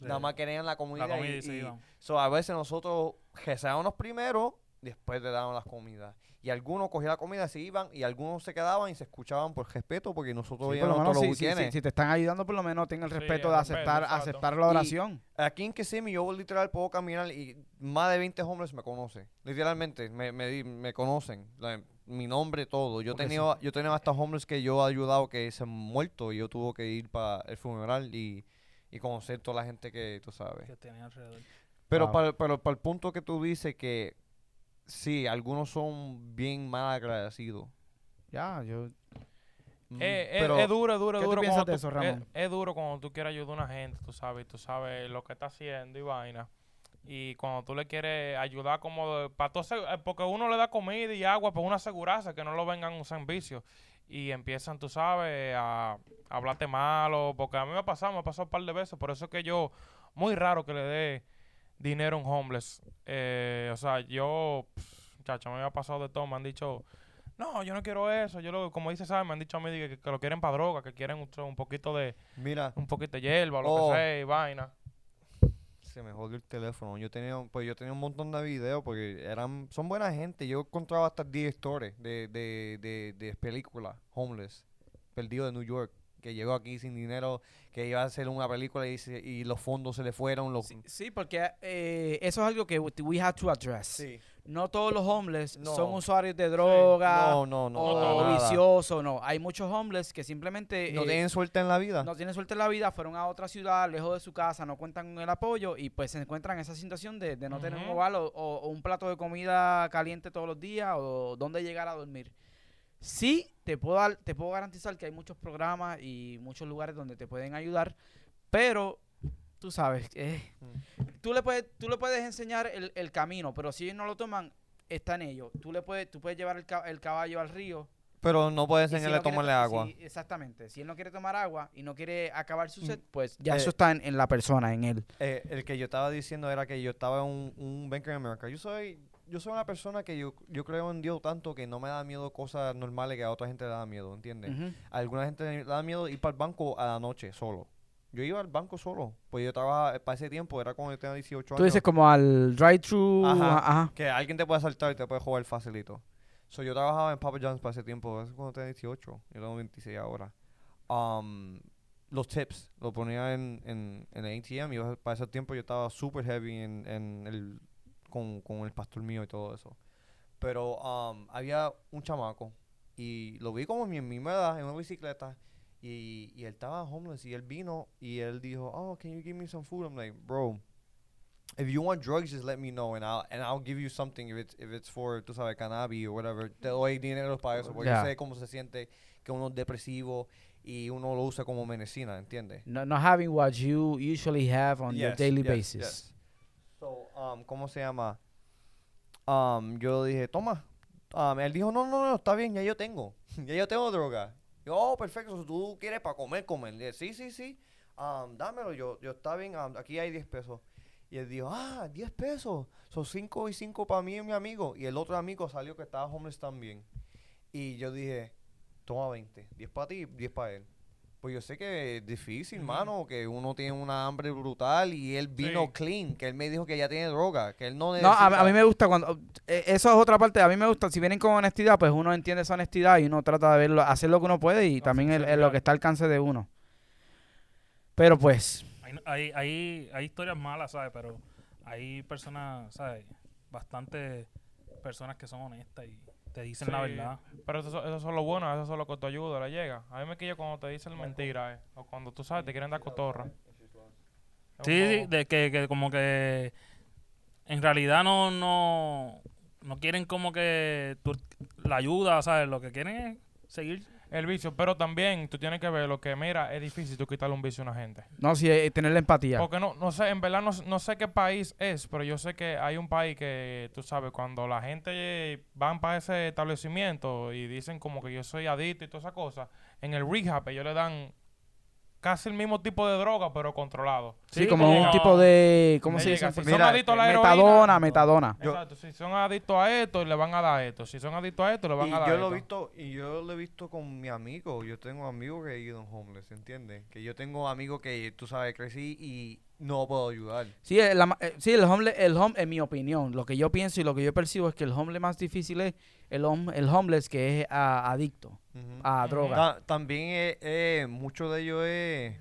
[SPEAKER 4] Nada más querían la comida.
[SPEAKER 1] La comida
[SPEAKER 4] y,
[SPEAKER 1] y se
[SPEAKER 4] y-
[SPEAKER 1] iban.
[SPEAKER 4] so, a veces nosotros rezábamos primero, después le daban las comidas. Y algunos cogían la comida, se iban, y algunos se quedaban y se escuchaban por respeto, porque nosotros
[SPEAKER 2] Sí, por lo
[SPEAKER 4] íbamos
[SPEAKER 2] menos,
[SPEAKER 4] todos
[SPEAKER 2] si,
[SPEAKER 4] los
[SPEAKER 2] si-
[SPEAKER 4] weekends.
[SPEAKER 2] si- si te están ayudando, por lo menos ten el
[SPEAKER 3] Sí,
[SPEAKER 2] respeto
[SPEAKER 3] el
[SPEAKER 2] de
[SPEAKER 3] respeto,
[SPEAKER 2] aceptar,
[SPEAKER 3] exacto.
[SPEAKER 2] aceptar la
[SPEAKER 4] Y-
[SPEAKER 2] oración.
[SPEAKER 4] Aquí en Kissimmee yo literal puedo caminar y más de 20 hombres me conocen. Literalmente, me, me, di- me conocen. la- mi nombre, todo. Yo he
[SPEAKER 2] Porque
[SPEAKER 4] tenido, yo he tenido hasta hombres que yo he ayudado que se han muerto y yo tuve que ir para el funeral y, y conocer toda la gente que tú sabes.
[SPEAKER 1] Que tenía alrededor.
[SPEAKER 4] Pero
[SPEAKER 2] Wow.
[SPEAKER 4] para, pero para el punto que tú dices que sí, algunos son bien mal agradecidos.
[SPEAKER 2] Ya, yo.
[SPEAKER 4] Mm,
[SPEAKER 3] Eh, eh,
[SPEAKER 4] pero
[SPEAKER 3] es duro, es
[SPEAKER 2] ¿qué
[SPEAKER 3] duro, es
[SPEAKER 2] tú
[SPEAKER 3] duro.
[SPEAKER 2] piensas
[SPEAKER 3] cuando
[SPEAKER 2] de eso,
[SPEAKER 3] tú- es-
[SPEAKER 2] Ramón?
[SPEAKER 3] Es, duro cuando tú quieres ayudar a una gente, tú sabes, y tú sabes lo que está haciendo y vaina. Y cuando tú le quieres ayudar como de- para todo ese- eh, porque uno le da comida y agua para una asegurarse que no lo vengan un servicio y empiezan, tú sabes, a, a hablarte malo, porque a mí me ha pasado, me ha pasado un par de veces, por eso es que yo muy raro que le dé dinero a un homeless. Eh, o sea, yo, pff, chacho, me ha pasado de todo. Me han dicho, no, yo no quiero eso. Yo lo, como dice, ¿sabes? Me han dicho a mí que, que lo quieren para droga, que quieren un, un poquito de
[SPEAKER 4] mira,
[SPEAKER 3] un poquito de hierba o lo
[SPEAKER 4] Oh.
[SPEAKER 3] que sea y vaina.
[SPEAKER 4] Se me jodió el teléfono. Yo tenía, un- pues yo tenía un montón de videos porque eran, son buena gente. Yo encontraba hasta directores de, de, de, de películas, homeless, perdido de New York, que llegó aquí sin dinero, que iba a hacer una película y, se- y los fondos se le fueron. Los,
[SPEAKER 2] Sí, sí, porque eh, eso es algo que we- we have to address. No todos los homeless
[SPEAKER 4] No.
[SPEAKER 2] son usuarios de droga
[SPEAKER 4] No, no, no. para
[SPEAKER 2] o
[SPEAKER 4] nada.
[SPEAKER 2] viciosos, no. Hay muchos homeless que simplemente
[SPEAKER 4] No
[SPEAKER 2] eh,
[SPEAKER 4] tienen suerte en la vida.
[SPEAKER 2] no tienen suerte en la vida, fueron a otra ciudad, lejos de su casa, no cuentan con el apoyo y pues se encuentran en esa situación de, de no tener un
[SPEAKER 3] Ujú.
[SPEAKER 2] hogar o, o- o un plato de comida caliente todos los días o dónde llegar a dormir. Sí, te puedo, dar- te puedo garantizar que hay muchos programas y muchos lugares donde te pueden ayudar, pero tú sabes, eh,
[SPEAKER 4] Mm.
[SPEAKER 2] tú, le puedes, tú le puedes enseñar el, el camino, pero si ellos no lo toman, está en ellos. Tú, le puedes, tú puedes llevar el, ca- el caballo al río
[SPEAKER 4] Pero no puedes
[SPEAKER 2] y si
[SPEAKER 4] enseñarle
[SPEAKER 2] no
[SPEAKER 4] a
[SPEAKER 2] quiere
[SPEAKER 4] tomarle
[SPEAKER 2] to-
[SPEAKER 4] agua.
[SPEAKER 2] si- exactamente. Si él no quiere tomar agua y no quiere acabar su
[SPEAKER 4] Mm.
[SPEAKER 2] set, pues ya
[SPEAKER 4] Eh,
[SPEAKER 2] eso está en, en la persona, en él.
[SPEAKER 4] Eh, el que yo estaba diciendo era que yo estaba en un, un Banker in America. Yo soy, yo soy una persona que yo, yo creo en Dios tanto que no me da miedo cosas normales que a otra gente le da miedo, ¿entiendes?
[SPEAKER 2] Ujú.
[SPEAKER 4] A alguna gente le da miedo ir para el banco a la noche solo. Yo iba al banco solo, pues yo trabajaba, para ese tiempo era cuando yo tenía 18
[SPEAKER 2] Tú
[SPEAKER 4] años.
[SPEAKER 2] dices como al drive-thru.
[SPEAKER 4] Ajá.
[SPEAKER 2] a- ajá.
[SPEAKER 4] Que alguien te puede asaltar y te puede jugar facilito. So, yo trabajaba en Papa John's para ese tiempo, eso cuando tenía 18, yo tengo 26 ahora. Um, los tips, los ponía en, en, en el ATM y yo- para ese tiempo yo estaba súper heavy en, en el, con, con el pastor mío y todo eso. Pero um, había un chamaco y lo vi como en mi misma edad, en una bicicleta. Y, y él estaba homeless y él vino y él dijo, oh, can you give me some food? I'm like, bro, if you want drugs, just let me know and I'll and I'll give you something if it's if it's for tú sabes cannabis o whatever. Te doy dinero para eso porque
[SPEAKER 2] Ya.
[SPEAKER 4] yo sé cómo se siente que uno es depresivo y uno lo usa como medicina, ¿entiendes?
[SPEAKER 2] No, not having what you usually have on your
[SPEAKER 4] Yes,
[SPEAKER 2] daily
[SPEAKER 4] yes,
[SPEAKER 2] basis.
[SPEAKER 4] yes. So, um, ¿cómo se llama? Um, yo le dije, toma. Um, él dijo, no, no, no, está bien, ya yo tengo. <laughs> ya yo tengo droga. Yo, oh, perfecto, si tú quieres para comer, comer. Le dije, sí, sí, sí. Um, dámelo, yo, yo está bien, um, aquí hay 10 pesos. Y él dijo, ah, 10 pesos. Son 5 y 5 para mí y mi amigo. Y el otro amigo salió que estaba homeless también. Y yo dije, toma 20, 10 para ti, 10 para él. Pues yo sé que es difícil, mano, que uno tiene una hambre brutal y él vino
[SPEAKER 3] Sí.
[SPEAKER 4] clean, que él me dijo que ya tiene droga, que él no
[SPEAKER 2] No,
[SPEAKER 4] necesita.
[SPEAKER 2] a, a mí me gusta cuando. eh, Eso es otra parte. A mí me gusta. Si vienen con honestidad, pues uno entiende esa honestidad y uno trata de verlo, hacer lo que uno puede y
[SPEAKER 3] La
[SPEAKER 2] también el- el- lo
[SPEAKER 3] sinceridad.
[SPEAKER 2] que está al alcance de uno. Pero pues,
[SPEAKER 1] Hay, hay, hay, hay historias malas, ¿sabes? Pero hay personas, ¿sabes? Bastante personas que son honestas y te dicen la
[SPEAKER 3] Sí.
[SPEAKER 1] verdad.
[SPEAKER 3] Pero eso, eso son lo bueno, eso son lo que te ayuda, le llega. A mí me quilla cuando te dicen mentira, eh, o cuando tú sabes, te quieren dar cotorra. Es
[SPEAKER 1] Sí, sí,
[SPEAKER 3] como-
[SPEAKER 1] de que, que como que en realidad no, no, no quieren como que tú- la ayuda, ¿sabes? Lo que quieren es seguir.
[SPEAKER 3] El vicio, pero también tú tienes que ver lo que, mira, es difícil tú quitarle un vicio a una gente.
[SPEAKER 2] no, si eh, tener la empatía.
[SPEAKER 3] Porque no, no sé, en verdad no, s- no sé qué país es, pero yo sé que hay un país que, tú sabes, cuando la gente eh, van para ese establecimiento y dicen como que yo soy adicto y toda esa cosa, en el rehab ellos le dan casi el mismo tipo de droga, pero controlado.
[SPEAKER 2] Sí, como un
[SPEAKER 1] no.
[SPEAKER 2] tipo de. ¿Cómo
[SPEAKER 3] Le
[SPEAKER 2] se dice?
[SPEAKER 3] llega, Si son
[SPEAKER 4] Mira,
[SPEAKER 3] adictos a la heroína.
[SPEAKER 2] Metadona, metadona.
[SPEAKER 4] Yo-
[SPEAKER 3] Exacto, si son adictos a esto, le van a dar esto. Si son adictos a esto, le van
[SPEAKER 4] Y
[SPEAKER 3] a dar
[SPEAKER 4] yo
[SPEAKER 3] esto.
[SPEAKER 4] lo he visto, y yo lo he visto con mi amigo. Yo tengo amigos que he ido en homeless, ¿entiendes? Que yo tengo amigos que, tú sabes, crecí y no puedo ayudar.
[SPEAKER 2] Sí, eh, la ma- eh, sí, el hombre, el home, en mi opinión, lo que yo pienso y lo que yo percibo es que el hombre más difícil es el, hom- el homeless que es ah, adicto
[SPEAKER 4] Ujú.
[SPEAKER 2] a droga.
[SPEAKER 4] Ta- también eh, eh, muchos de ellos eh,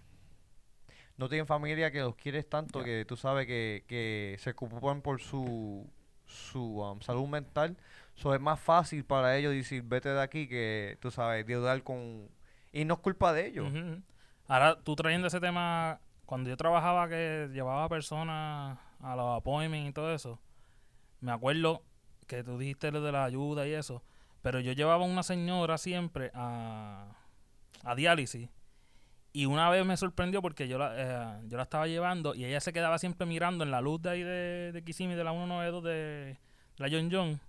[SPEAKER 4] no tienen familia que los quieres tanto que tú sabes que, que se ocupan por su, su um, salud mental. So, es más fácil para ellos decir, vete de aquí, que tú sabes, deudar con... Y no es culpa de ellos.
[SPEAKER 1] Ujú. Ahora, tú trayendo ese tema, cuando yo trabajaba que llevaba personas a los appointments y todo eso, me acuerdo que tú dijiste lo de la ayuda y eso, pero yo llevaba una señora siempre a, a diálisis y una vez me sorprendió porque yo la, eh, yo la estaba llevando y ella se quedaba siempre mirando en la luz de ahí de, de Kissimmee, de la 192 de la John John,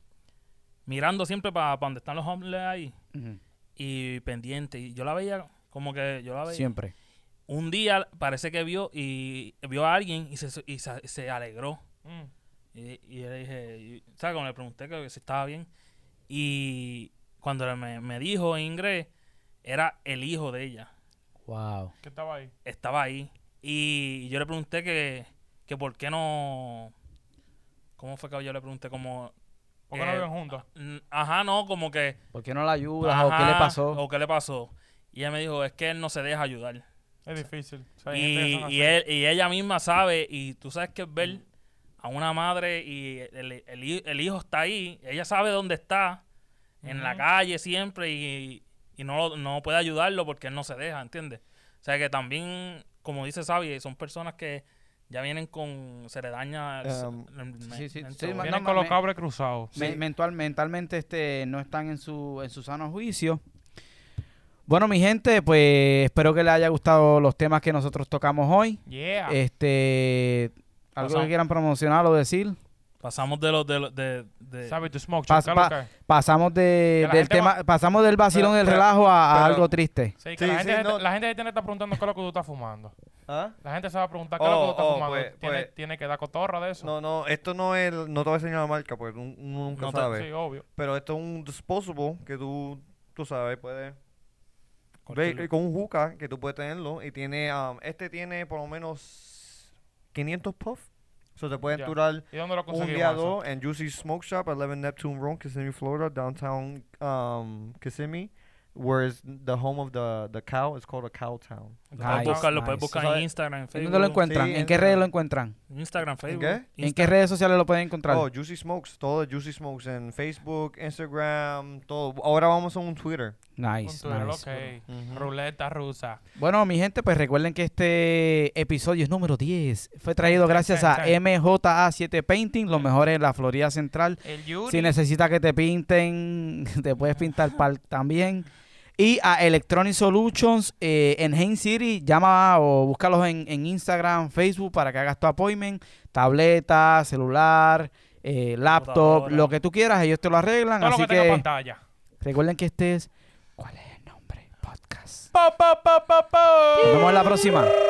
[SPEAKER 1] mirando siempre para donde están los hombres ahí
[SPEAKER 2] Ujú,
[SPEAKER 1] y pendiente. Y yo la veía como que yo la veía.
[SPEAKER 2] Siempre.
[SPEAKER 1] Un día parece que vio y vio a alguien y se, y se, se alegró.
[SPEAKER 3] Mm.
[SPEAKER 1] Y, y yo le dije, y- ¿sabes? Cuando le pregunté que si estaba bien. Y cuando me, me dijo en inglés, era el hijo de ella.
[SPEAKER 2] Wow.
[SPEAKER 3] ¿Qué estaba ahí?
[SPEAKER 1] Estaba ahí. Y yo le pregunté que, que por qué no. ¿Cómo fue que yo le pregunté? Como.
[SPEAKER 3] ¿Por qué no
[SPEAKER 1] eh,
[SPEAKER 3] viven juntos?
[SPEAKER 1] mm, Ajá, no, como que.
[SPEAKER 2] ¿Por qué no la ayudas? ¿O qué le
[SPEAKER 1] ajá, Oh,
[SPEAKER 2] pasó?
[SPEAKER 1] ¿O qué le pasó? Y ella me dijo, es que él no se deja ayudar.
[SPEAKER 3] Es difícil. O sea, hay gente que
[SPEAKER 1] y,
[SPEAKER 3] son así.
[SPEAKER 1] y él- y ella misma sabe, y tú sabes que es ver a una madre y el, el hi- el hijo está ahí, ella sabe dónde está, en la
[SPEAKER 3] Ujú.
[SPEAKER 1] calle siempre, y, y no, lo- no puede ayudarlo porque él no se deja, ¿entiendes? O sea que también, como dice Xavi, son personas que ya vienen con, se le daña... el-
[SPEAKER 4] Um,
[SPEAKER 1] el- me-
[SPEAKER 2] Em, sí, sí,
[SPEAKER 1] mental.
[SPEAKER 2] sí, ma-
[SPEAKER 3] Vienen
[SPEAKER 2] no,
[SPEAKER 3] con los
[SPEAKER 2] me-
[SPEAKER 3] cables cruzados.
[SPEAKER 2] Me-
[SPEAKER 4] Sí.
[SPEAKER 2] mental- mentalmente este, no están en su, en su sano juicio. Bueno, mi gente, pues espero que les haya gustado los temas que nosotros tocamos hoy.
[SPEAKER 3] Yeah.
[SPEAKER 2] Eh, Este, algo
[SPEAKER 1] Pasamos.
[SPEAKER 2] que quieran promocionar o decir.
[SPEAKER 1] Pasamos de los... De, los- de, de-
[SPEAKER 3] ¿Sabes? Tu smoke
[SPEAKER 2] Pas-
[SPEAKER 3] shop, ¿qué es
[SPEAKER 2] pa-
[SPEAKER 3] lo que es?
[SPEAKER 2] Pasamos de,
[SPEAKER 3] Que la
[SPEAKER 2] del
[SPEAKER 3] gente
[SPEAKER 2] tema, pasamos del vacilón
[SPEAKER 4] Pero-
[SPEAKER 2] del
[SPEAKER 4] pero-
[SPEAKER 2] relajo a, a
[SPEAKER 4] pero-
[SPEAKER 2] algo triste.
[SPEAKER 3] Sí, que
[SPEAKER 4] Sí,
[SPEAKER 3] la,
[SPEAKER 4] sí,
[SPEAKER 3] gente,
[SPEAKER 4] no.
[SPEAKER 3] la gente de internet está preguntando qué es lo que tú estás fumando.
[SPEAKER 4] ¿Ah?
[SPEAKER 3] La gente se va a preguntar qué es lo que
[SPEAKER 4] Oh,
[SPEAKER 3] tú estás
[SPEAKER 4] oh,
[SPEAKER 3] fumando.
[SPEAKER 4] pues-
[SPEAKER 3] tiene,
[SPEAKER 4] pues-
[SPEAKER 3] tiene que dar cotorra de eso.
[SPEAKER 4] No, no, esto no es, el- no te voy a enseñar la marca porque uno nunca
[SPEAKER 1] No te-
[SPEAKER 4] sabe.
[SPEAKER 3] Sí, obvio.
[SPEAKER 4] Pero esto es un disposable que tú, tú sabes, puedes... ve- eh,
[SPEAKER 1] cualquier-
[SPEAKER 4] con un hookah que tú puedes tenerlo y tiene, um, este tiene por lo menos 500 puffs. Eso te pueden
[SPEAKER 3] Ya.
[SPEAKER 4] durar
[SPEAKER 3] ¿Y dónde lo
[SPEAKER 4] un
[SPEAKER 3] conseguimos?
[SPEAKER 4] día
[SPEAKER 3] eso?
[SPEAKER 4] dos en Juicy Smoke Shop, 11 Neptune Road, Kissimmee, Florida, downtown um, Kissimmee, where is the home of the, the cow. It's called a cow town.
[SPEAKER 1] Puedes
[SPEAKER 2] Nice,
[SPEAKER 1] buscarlo, puedes
[SPEAKER 2] nice.
[SPEAKER 1] buscar
[SPEAKER 4] ¿Sabes?
[SPEAKER 1] en Instagram, en
[SPEAKER 2] ¿En
[SPEAKER 1] Facebook.
[SPEAKER 2] dónde lo encuentran?
[SPEAKER 4] Sí,
[SPEAKER 2] ¿En
[SPEAKER 4] en-
[SPEAKER 2] qué redes lo encuentran?
[SPEAKER 1] Instagram, Facebook.
[SPEAKER 4] qué?
[SPEAKER 2] ¿En qué redes sociales lo pueden encontrar?
[SPEAKER 4] Oh, Juicy Smokes, todo Juicy Smokes en Facebook, Instagram, todo. Ahora vamos a un Twitter.
[SPEAKER 3] Un
[SPEAKER 2] nice,
[SPEAKER 3] Twitter,
[SPEAKER 2] nice.
[SPEAKER 3] ok. Ruleta rusa.
[SPEAKER 2] Bueno, mi gente, pues recuerden que este episodio es número 10. Fue traído
[SPEAKER 3] Chan,
[SPEAKER 2] gracias
[SPEAKER 3] chan,
[SPEAKER 2] a
[SPEAKER 3] chan.
[SPEAKER 2] MJA7 Painting, los mejores en la Florida Central.
[SPEAKER 3] El Yuri.
[SPEAKER 2] Si necesitas que te pinten, <laughs> te puedes pintar pal también. Y a Electronic Solutions eh, en Hain City, llama o búscalos en, en Instagram, Facebook para que hagas tu appointment. Tableta, celular, eh, laptop,
[SPEAKER 1] Computadora.
[SPEAKER 2] lo que tú quieras, ellos te lo arreglan.
[SPEAKER 3] Todo lo
[SPEAKER 2] así
[SPEAKER 3] que tenga
[SPEAKER 2] que
[SPEAKER 3] pantalla.
[SPEAKER 2] recuerden que este es. ¿Cuál es el nombre? Podcast.
[SPEAKER 3] Pa, pa, pa, pa, pa.
[SPEAKER 2] Nos vemos en la próxima.